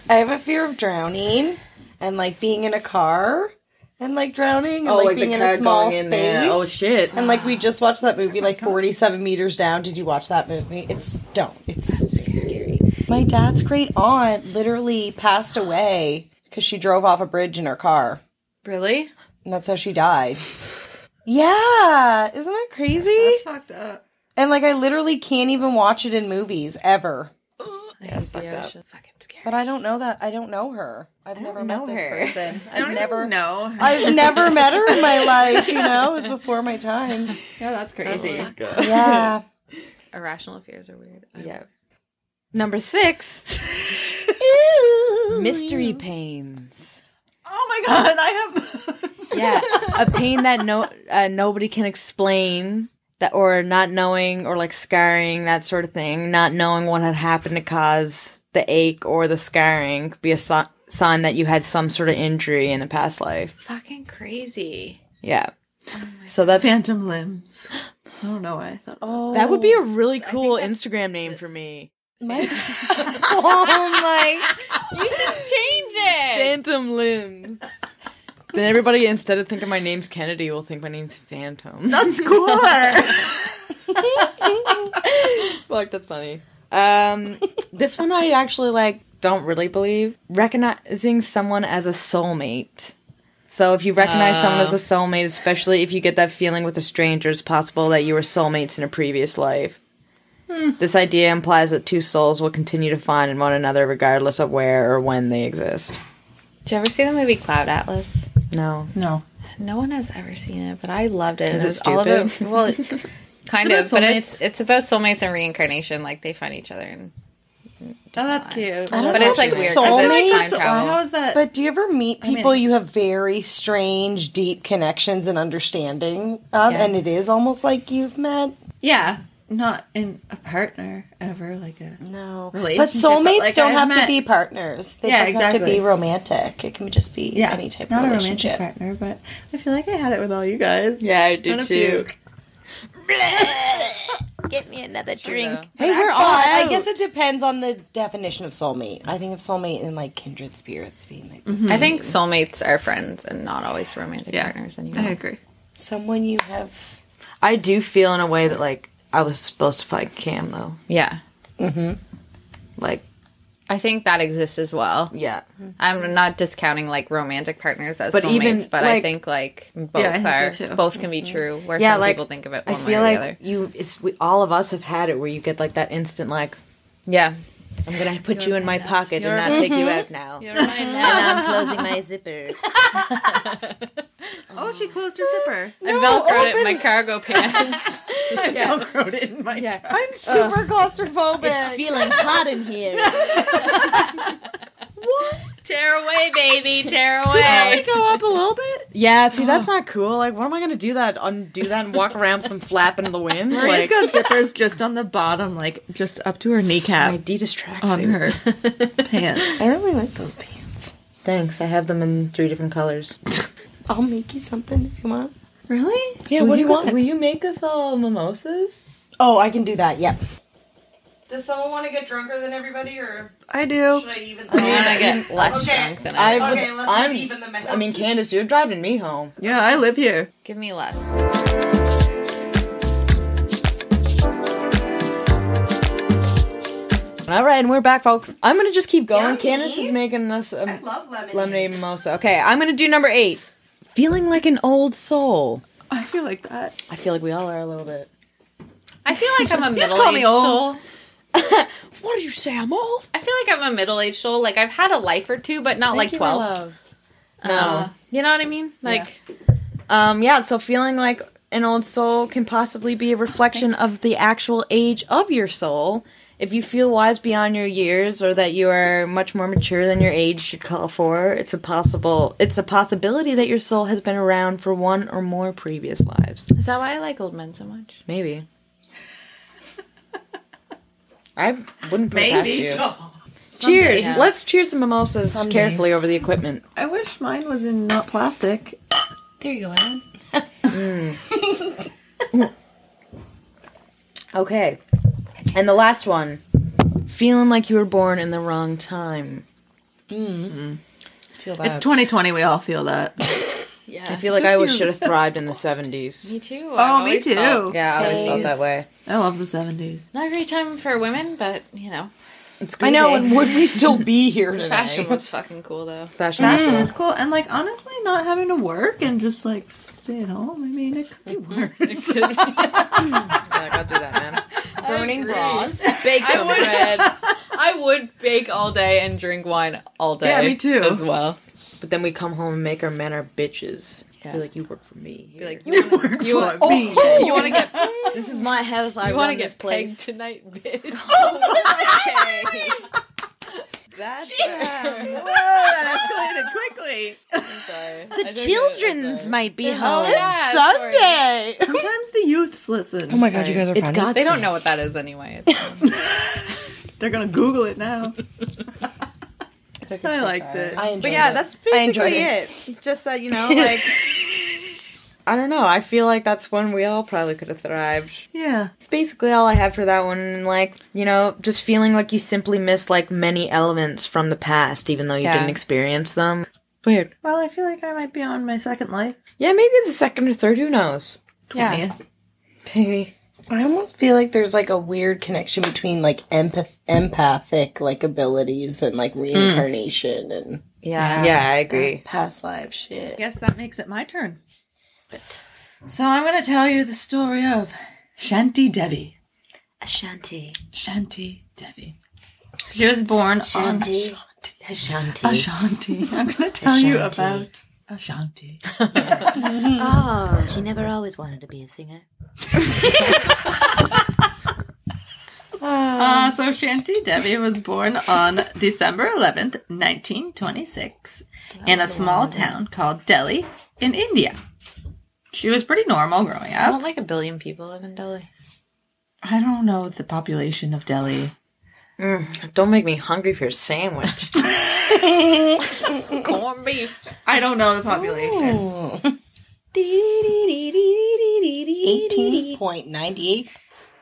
I have a fear of drowning and like being in a car and like drowning and Oh, like, like the being in a car small going space. in there. Oh, shit. And like we just watched that movie like 47 meters down. Did you watch that movie? It's don't. It's so scary. My dad's great aunt literally passed away cuz she drove off a bridge in her car. Really? And that's how she died. Yeah, isn't that crazy? That's fucked up. And like I literally can't even watch it in movies ever. Yeah, it's fucked up. But I don't know that. I don't know her. I've never met this person. I don't I've never even know. her. I've never met her in my life. You know, it was before my time. Yeah, that's crazy. Yeah. irrational fears are weird. Yeah. Number six, mystery pains. Oh my god, I have Yeah, a pain that no uh, nobody can explain that, or not knowing, or like scarring that sort of thing. Not knowing what had happened to cause the ache or the scarring could be a si- sign that you had some sort of injury in a past life. Fucking crazy. Yeah. Oh so that's phantom limbs. I don't know why I thought. Oh, that would be a really cool Instagram name for me. My- oh my! You should change it. Phantom limbs. Then everybody, instead of thinking my name's Kennedy, will think my name's Phantom. That's cooler. Fuck, that's funny. Um, this one I actually like. Don't really believe recognizing someone as a soulmate. So if you recognize someone as a soulmate, especially if you get that feeling with a stranger, it's possible that you were soulmates in a previous life. Hmm. This idea implies that two souls will continue to find in one another regardless of where or when they exist. Did you ever see the movie Cloud Atlas? No. No. No one has ever seen it, but I loved it. Is it It was all about stupid? well, it- kind It's of, but about it's it's about soulmates and reincarnation. Like they find each other, and Oh, that's cute. I don't But know it's, like, if weird 'cause it's soulmates- time travel. How is that? But do you ever meet Uh, I mean- people you have very strange, deep connections and understanding of, Yeah. and it is almost like you've met? Yeah, not in a partner ever, like a no relationship. but soulmates like, don't I've have to met- be partners. They Yeah, just have to exactly. be romantic. It can just be Yeah, any type not of a relationship. romantic partner, but I feel like I had it with all you guys. Yeah, I do too. Get me another drink. Hey, we're we're all all. I out. guess it depends on the definition of soulmate. I think of soulmate and like kindred spirits being like. Mm-hmm. the I Hmm. same. think soulmates are friends and not always romantic partners. And you know. Someone you have. I do feel in a way that like I was supposed to fight Cam though. Yeah. Mm-hmm. Like Mm-hmm. I think that exists as well. Yeah. I'm not discounting like romantic partners as But soulmates, even, but I like- think like both I think so, are too. Mm-hmm. both can be true. Where some people think of it one I way feel or like the other. you, it's we, all of us have had it where you get like that instant like, yeah, I'm gonna put you in my pocket You're and not mine take you now. out now. You're and mine now. I'm closing my zipper. Oh, she closed her zipper. I velcroed it in my cargo pants. I velcroed it in my. I'm super claustrophobic. It's feeling hot in here. tear away, baby, tear Yeah, away. we go up a little bit. Yeah, see that's not cool. Like, what am I gonna do that? Undo that and walk around with them flapping in the wind? Maria's like, got zippers just on the bottom, like just up to her kneecap. My Adidas tracksuit on her pants. I really like those pants. Thanks. I have them in three different colors. I'll make you something if you want. Really? Yeah. Will what do you want? Will you make us all mimosas? Oh, I can do that. Yep. Does someone want to get drunker than everybody, or I do. should I even? I mean, I get less Okay. drunk than I- would- Okay, let's just I'm, even them I mean, Candace, you're driving me home. Yeah, I live here. Give me less. All right, and we're back, folks. I'm gonna just keep going. Candace is making us a lemonade. mimosa. Okay, I'm gonna do number eight. Feeling like an old soul. I feel like that. I feel like we all are a little bit. I feel like I'm a Just middle call me aged old. soul. what did you say? I'm old. I feel like I'm a middle aged soul. Like I've had a life or two, but not Thank like you, my twelve. love. Um, No. you know what I mean? Like Um, yeah, so feeling like an old soul can possibly be a reflection of the actual age of your soul. If you feel wise beyond your years or that you are much more mature than your age should call for, it's a possible it's a possibility that your soul has been around for one or more previous lives. is that why I like old men so much? Maybe. I wouldn't put it past Maybe. you. Someday, Cheers. yeah. Let's cheers some mimosas Some days. carefully over the equipment. I wish mine was in not plastic. There you go, Ellen. Okay. And the last one. Feeling like you were born in the wrong time. Mm. Feel It's 2020. We all feel that. Yeah. I feel like I always should have thrived in the 70s. Me too. Oh, me too. Yeah, I always felt that way. I love the 70s. Not a great time for women, but you know, It's I know, and would we still be here fashion was fucking cool though. Fashion, Mm. Fashion is cool, and like honestly, not having to work and just like stay at home. I mean, it could be worse. I'll do that, man. Burning agree. bras, bake some would- bread. I would bake all day and drink wine all day. Yeah, me too. As well. But then we come home and make our men our bitches. Yeah. Be like, you work for me. Be like, you want, you want, oh, you want to get This is my house. I you want want to to get pegged place. tonight, bitch. That's Whoa, that escalated quickly. The children's might be home. Oh, yeah, Sunday. Sometimes the youths listen. Oh my God, you guys are It's funny. They don't Godsend. know what that is anyway. They're gonna Google it now. It's I liked it. but yeah, that's I enjoyed basically it. it. It's just that you know, like I don't know. I feel like that's one we all probably could have thrived. Yeah. Basically, all I have for that one, and, like you know, just feeling like you simply missed like many elements from the past, even though you Yeah. didn't experience them. Weird. Well, I feel like I might be on my second life. Yeah, maybe the second or third. Who knows? Yeah. Maybe. I almost feel like there's like a weird connection between like empath- empathic like abilities and Hmm. like reincarnation and Yeah. Yeah, I agree. Past life shit. Guess that makes it my turn. So I'm going to tell you the story of Shanti Devi. Ashanti. Shanti Devi. She was born Ashanti. Ashanti. on Ashanti. I'm going to tell you about Ashanti. Ashanti. oh, she never always wanted to be a singer. Uh, so Shanti Devi was born on December 11th, 1926, in a small town called Delhi in India. She was pretty normal growing up. Don't like a billion people live in Delhi. I don't know the population of Delhi. Mm, don't make me hungry for a sandwich. Corned beef. I don't know the population. 18.98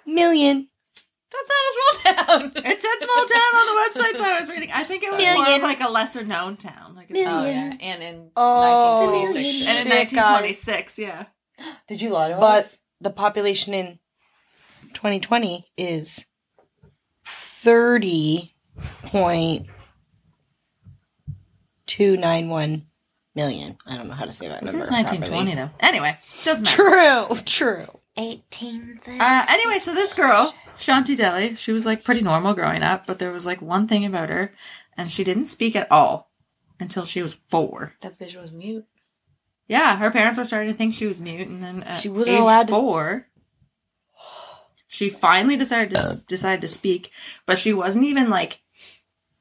million. That's not a small town. Oh, It said small town on the website, so I was reading. I think it was more of Million. like a lesser known town. Like it's Oh, not- yeah. And in Oh, 1926. And in 1926, yeah. Did you lie to But the population in 2020 is 30.291 million. I don't know how to say that. This number is 1920, properly. though. Anyway, doesn't matter. True, true. 18. Uh, anyway, so this girl, Shanti Deli, she was like pretty normal growing up, but there was like one thing about her, and she didn't speak at all until she was four. That bitch was mute. Yeah, her parents were starting to think she was mute, and then at She wasn't age allowed to- four. She finally decided to decided to speak, but she wasn't even like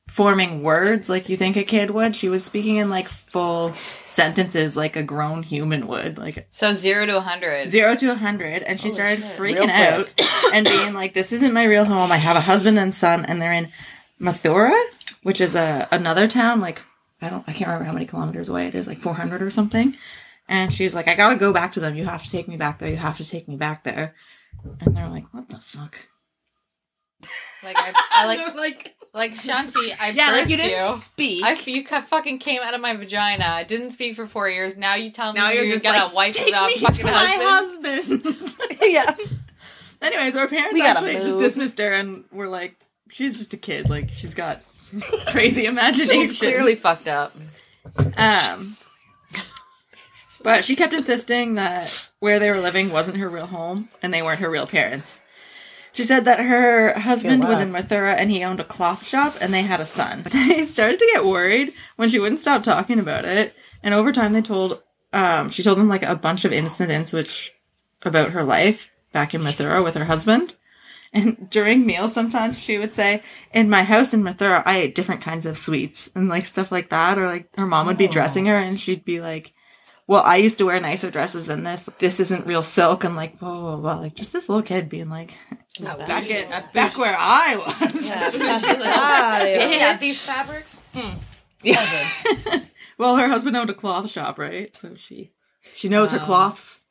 forming words like you think a kid would. She was speaking in like full sentences, like a grown human would, like So zero to a hundred. zero to a hundred and she started Real freaking out quick. and being like this isn't my real home i have a husband and son and they're in mathura which is a another town like i don't i can't remember how many kilometers away it is like 400 or something and she's like i gotta go back to them you have to take me back there you have to take me back there and they're like what the fuck Like I, I like like like Shanti. I Yeah, like, birthed you didn't speak. I you ca- fucking came out of my vagina. I didn't speak for four years. Now you tell me Now Um, you're, you're just gonna like, wipe "Take the me to fucking my husband. yeah. Anyways, our parents We gotta actually just move. dismissed her and were like, she's just a kid. Like, she's got some crazy imagination. She's clearly fucked up. Um, but she kept insisting that where they were living wasn't her real home and they weren't her real parents. She said that her husband was in Mathura and he owned a cloth shop and they had a son. But they started to get worried when she wouldn't stop talking about it. And over time, they told, um, she told them like a bunch of incidents which about her life back in Mathura with her husband. And during meals, sometimes she would say, "In my house in Mathura, I ate different kinds of sweets and like stuff like that." Or like her mom would be dressing her, and she'd be like, "Well, I used to wear nicer dresses than this. This isn't real silk." And like, whoa, whoa, whoa. like just this little kid being like, "Back in, back where I was." They Yeah. had these fabrics. Mm. well, her husband owned a cloth shop, right? So she she knows her cloths.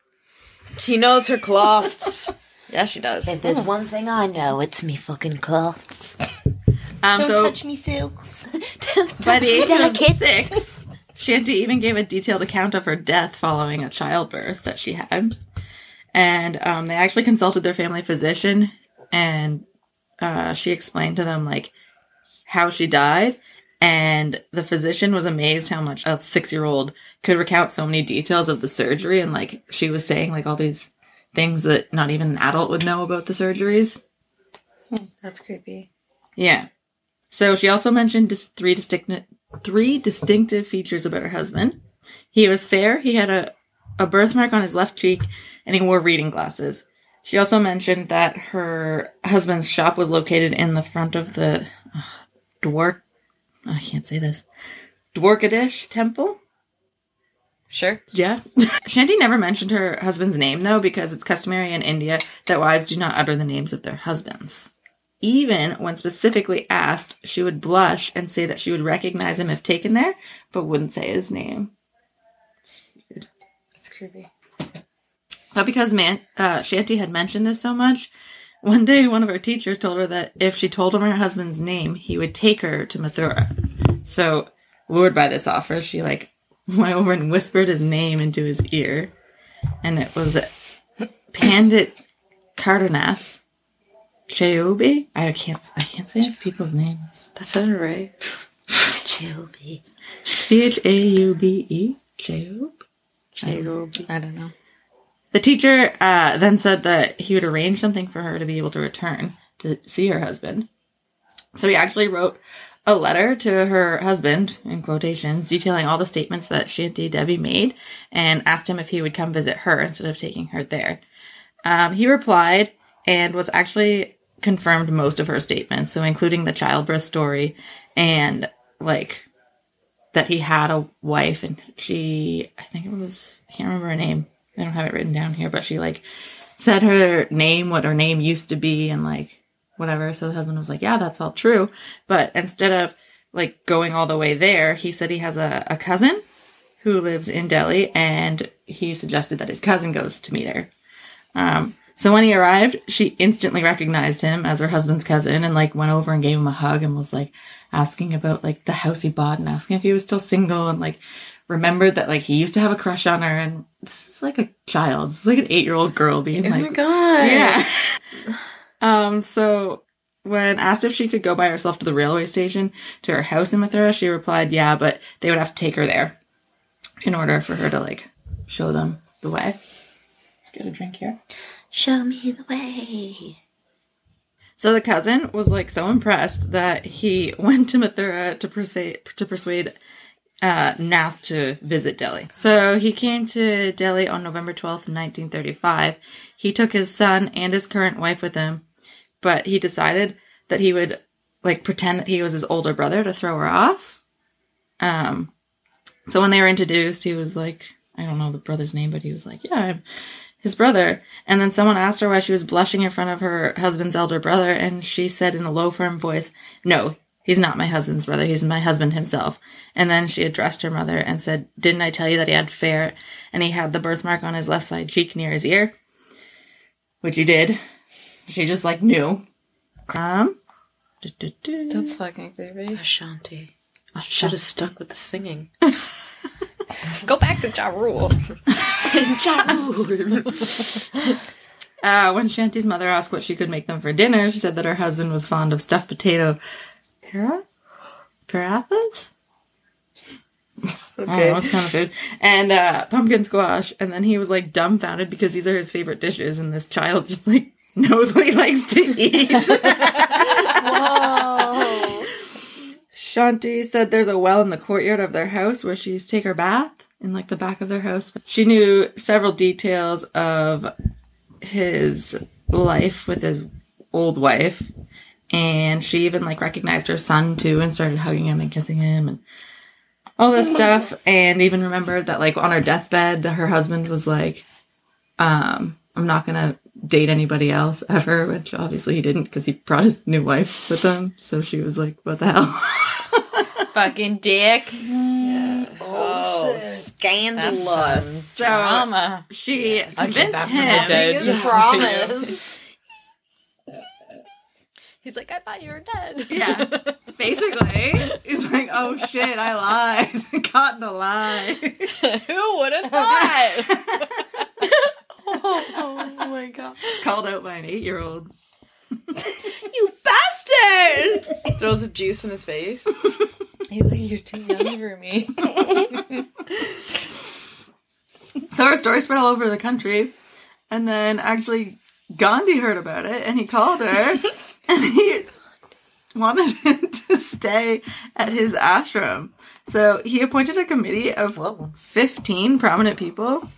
She knows her cloths. yeah, she does. If Oh. there's one thing I know, it's me fucking cloths. Um, Don't so- touch me silks. By the age of Delicate. six, Shanti even gave a detailed account of her death following a childbirth that she had. And um, they actually consulted their family physician, and uh, she explained to them, like, how she died. And the physician was amazed how much a six year old could recount so many details of the surgery. And, like, she was saying, like, all these things that not even an adult would know about the surgeries. Hmm, That's creepy. Yeah. So she also mentioned dis- three distinct three distinctive features about her husband. He was fair. He had a a birthmark on his left cheek, and he wore reading glasses. She also mentioned that her husband's shop was located in the front of the uh, Dwark. I can't say this. Dwarkadish Temple. Sure. Yeah. Shanti never mentioned her husband's name though, because it's customary in India that wives do not utter the names of their husbands. Even when specifically asked, she would blush and say that she would recognize him if taken there, but wouldn't say his name. That's creepy. Not because man, uh, Shanty had mentioned this so much. One day, one of her teachers told her that if she told him her husband's name, he would take her to Mathura. So, lured by this offer, she like went over and whispered his name into his ear, and it was Pandit Cardonath Cheobi. I can't, I can't say people's names. That sounded right. Cheobi. C H A U B E. Cheob. Cheob. I don't know. The teacher uh, then said that he would arrange something for her to be able to return to see her husband. So he actually wrote a letter to her husband, in quotations, detailing all the statements that Shanti Devi made and asked him if he would come visit her instead of taking her there. Um, he replied and was actually confirmed most of her statements, so including the childbirth story and like that he had a wife and she, I think it was, I can't remember her name. I don't have it written down here, but she like said her name, what her name used to be, and like whatever. So the husband was like, Yeah, that's all true. But instead of like going all the way there, he said he has a, a cousin who lives in Delhi and he suggested that his cousin goes to meet her. Um, so when he arrived, she instantly recognized him as her husband's cousin and like went over and gave him a hug and was like asking about like the house he bought and asking if he was still single and like remembered that like he used to have a crush on her and this is like a child. It's like an eight year old girl being Oh my like God. Yeah. um so when asked if she could go by herself to the railway station to her house in Mathura, she replied, Yeah, but they would have to take her there in order for her to like show them the way. Let's get a drink here. Show me the way. So the cousin was like so impressed that he went to Mathura to persuade to persuade uh, Nath to visit Delhi. So he came to Delhi on November twelfth, nineteen thirty-five. He took his son and his current wife with him, but he decided that he would like pretend that he was his older brother to throw her off. Um, so when they were introduced, he was like, I don't know the brother's name, but he was like, Yeah, I'm his brother. And then someone asked her why she was blushing in front of her husband's elder brother, and she said in a low, firm voice, No, he's not my husband's brother, he's my husband himself. And then she addressed her mother and said, Didn't I tell you that he had fair and he had the birthmark on his left side cheek near his ear? Which you did. She just like knew. Um, That's fucking creepy. Ashanti. I should have stuck with the singing. Go back to Ja Rule. Uh, when Shanty's mother asked what she could make them for dinner, she said that her husband was fond of stuffed potato. Para? Parathas? I don't know, it's kind of food. And uh, pumpkin squash. And then he was like dumbfounded because these are his favorite dishes, and this child just like knows what he likes to eat. Shanti said there's a well in the courtyard of their house where she used to take her bath in like the back of their house. She knew several details of his life with his old wife, and she even like recognized her son too and started hugging him and kissing him and all this Mm-hmm. stuff. And even remembered that like on her deathbed, that her husband was like, um, "I'm not gonna date anybody else ever," which obviously he didn't because he brought his new wife with him. So she was like, "What the hell." Fucking dick. Oh, That's scandalous. So drama. she I'll get convinced back to him. my dad. Yes. He's like, I thought you were dead. Yeah. Basically, he's like, oh shit, I lied. Caught in a lie. Who would have thought? oh, oh my god. Called out by an eight year old. You bastard! Throws a juice in his face. He's like, you're too young for me. So her story spread all over the country. And then actually, Gandhi heard about it and he called her and he wanted him to stay at his ashram. So he appointed a committee of 15 prominent people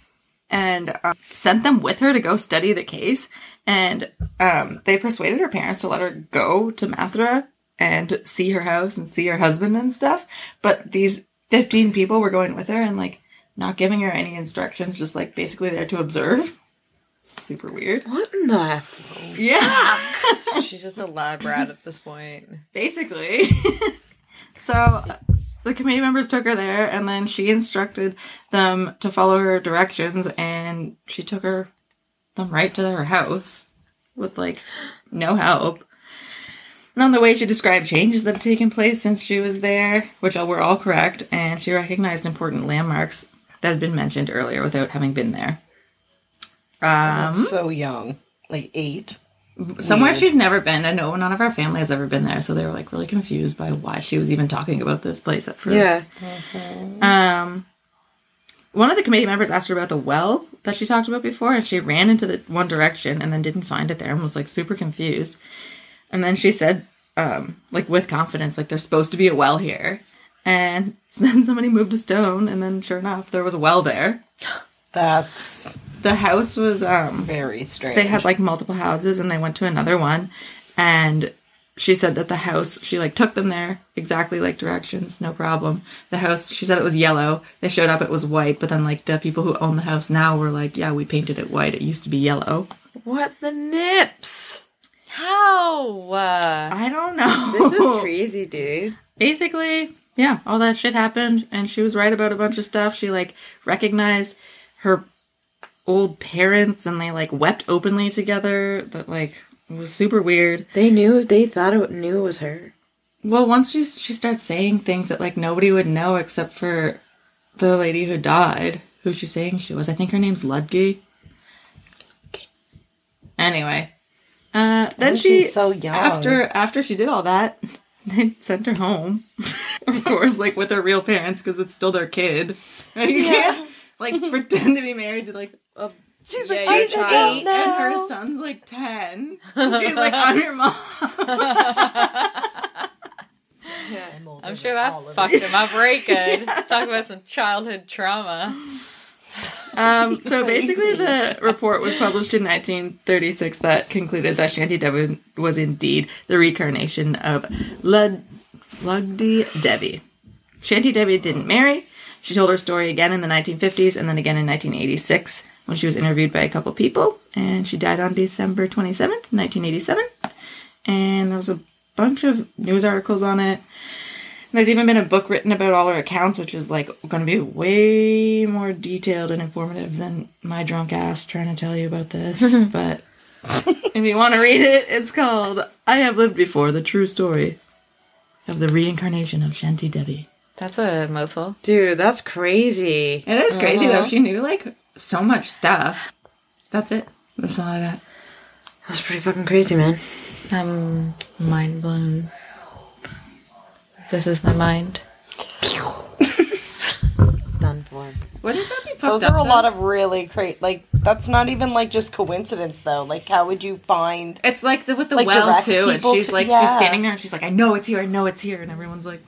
and um, sent them with her to go study the case. And um, they persuaded her parents to let her go to Mathura and see her house and see her husband and stuff. But these 15 people were going with her and like not giving her any instructions, just like basically there to observe. Super weird. What in the? Yeah. She's just a lab rat at this point. Basically. so uh, the committee members took her there, and then she instructed them to follow her directions, and she took her them right to her house with like no help. And on the way, she described changes that had taken place since she was there, which were all correct, and she recognized important landmarks that had been mentioned earlier without having been there. Um, That's so young, like eight. somewhere Weird. she's never been. I know none of our family has ever been there, so they were like really confused by why she was even talking about this place at first. Yeah. Um, one of the committee members asked her about the well that she talked about before, and she ran into the one direction and then didn't find it there and was like super confused. And then she said, um, like with confidence, like there's supposed to be a well here. And then somebody moved a stone, and then sure enough, there was a well there. That's the house was um very strange. They had like multiple houses, and they went to another one, and she said that the house she like took them there exactly like directions no problem the house she said it was yellow they showed up it was white but then like the people who own the house now were like yeah we painted it white it used to be yellow What the nips? How? Uh, I don't know. This is crazy, dude. basically yeah all that shit happened and she was right about a bunch of stuff she like recognized her old parents and they like wept openly together that like was super weird They knew. They thought it knew it was her. Well, once she she starts saying things that like nobody would know except for the lady who died, who she's saying she was. I think her name's Ludge. Anyway, uh, then And she she's so young. after after she did all that, they sent her home. of course, like with her real parents because it's still their kid. Like, you can't like pretend to be married to like a. She's Yeah, your child. and her son's like ten. She's like, I'm your mom. I'm sure that fucked him up right good. Talk about some childhood trauma. Um, so basically, the report was published in 1936 that concluded that Shanty Devon was indeed the reincarnation of Lud- Lugdi Devi. Shanty Devi didn't marry. She told her story again in the 1950s and then again in 1986 when she was interviewed by a couple people. And she died on December 27th, 1987. And there was a bunch of news articles on it. There's even been a book written about all her accounts, which is like going to be way more detailed and informative than my drunk ass trying to tell you about this. but if you want to read it, it's called I Have Lived Before The True Story of the Reincarnation of Shanti Devi. That's a mouthful. Dude, that's crazy. It is crazy though. Uh-huh. Mhm. She knew like so much stuff. That's it. That's all I got. That's pretty fucking crazy, man. I'm mind blown. This is my mind. Done for. Wouldn't that be fucked Those up, are a though? lot of really great. Like that's not even like just coincidence though. Like how would you find? It's like the, with the well too, and she's like she's standing there and she's like, I know it's here, I know it's here, and everyone's like,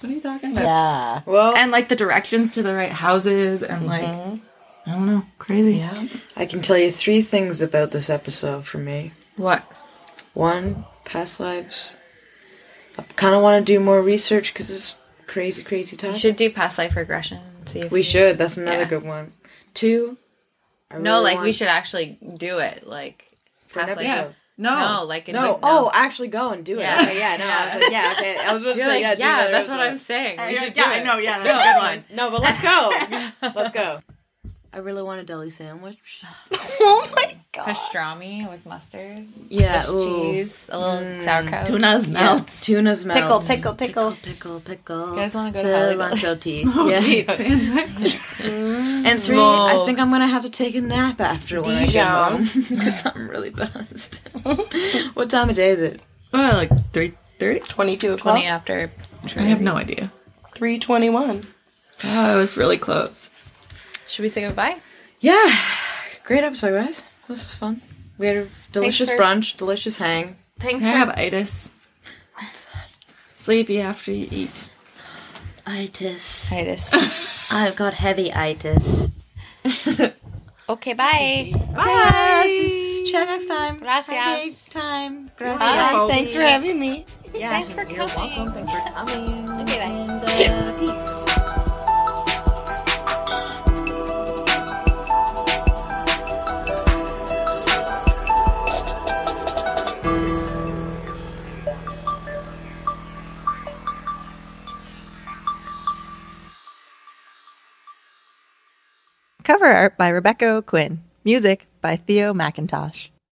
What are you talking about? Yeah. Well, and like the directions to the right houses, and like I don't know, crazy. Mm-hmm. Yeah. I can tell you three things about this episode for me. What? One, past lives. I kind of want to do more research because it's crazy, crazy You topic. should do past life regression. and See if We you- should. That's another Yeah. good one. Two. I no, really like we want- should actually do it. Like an past life. episode. No, like no. Oh, actually go and do it. Yeah. Yeah, okay, yeah. No, I was like, yeah, okay. I was about to You're say, like, yeah, do yeah, another that's what episode. I'm saying. We Yeah, should yeah, do I it. know. Yeah, that's No. a good one. No, but let's go. let's go. I really want a deli sandwich. oh my god. Pastrami with mustard. Yeah, Fresh ooh. Mm. cheese, a little sauerkraut. Yeah, Tuna's melts. Pickle, pickle, pickle, pickle, pickle. You guys wanna go to cilantro Hollywood? tea? Smoked Yeah. meat and three, I think I'm gonna have to take a nap after when I get Dijon. home because I'm really buzzed. what time of day is it? Uh, like three thirty. Twenty-two. Twenty after. I have no idea. Three twenty-one. Oh, it was really close. Should we say goodbye? Yeah, great episode, guys. This is fun. We had a delicious for- brunch, delicious hang. Thanks I for have itis. Sleepy after you eat. Itis. Itis. I've got heavy itis. Okay, bye. Bye. Chat next time. Gracias. time. Gracias. Bye. Thanks for having me. Yeah. Thanks for coming. Thanks for coming. Okay, bye. And, uh, peace. Cover art by Rebecca O'Quinn. Music by Theo McIntosh.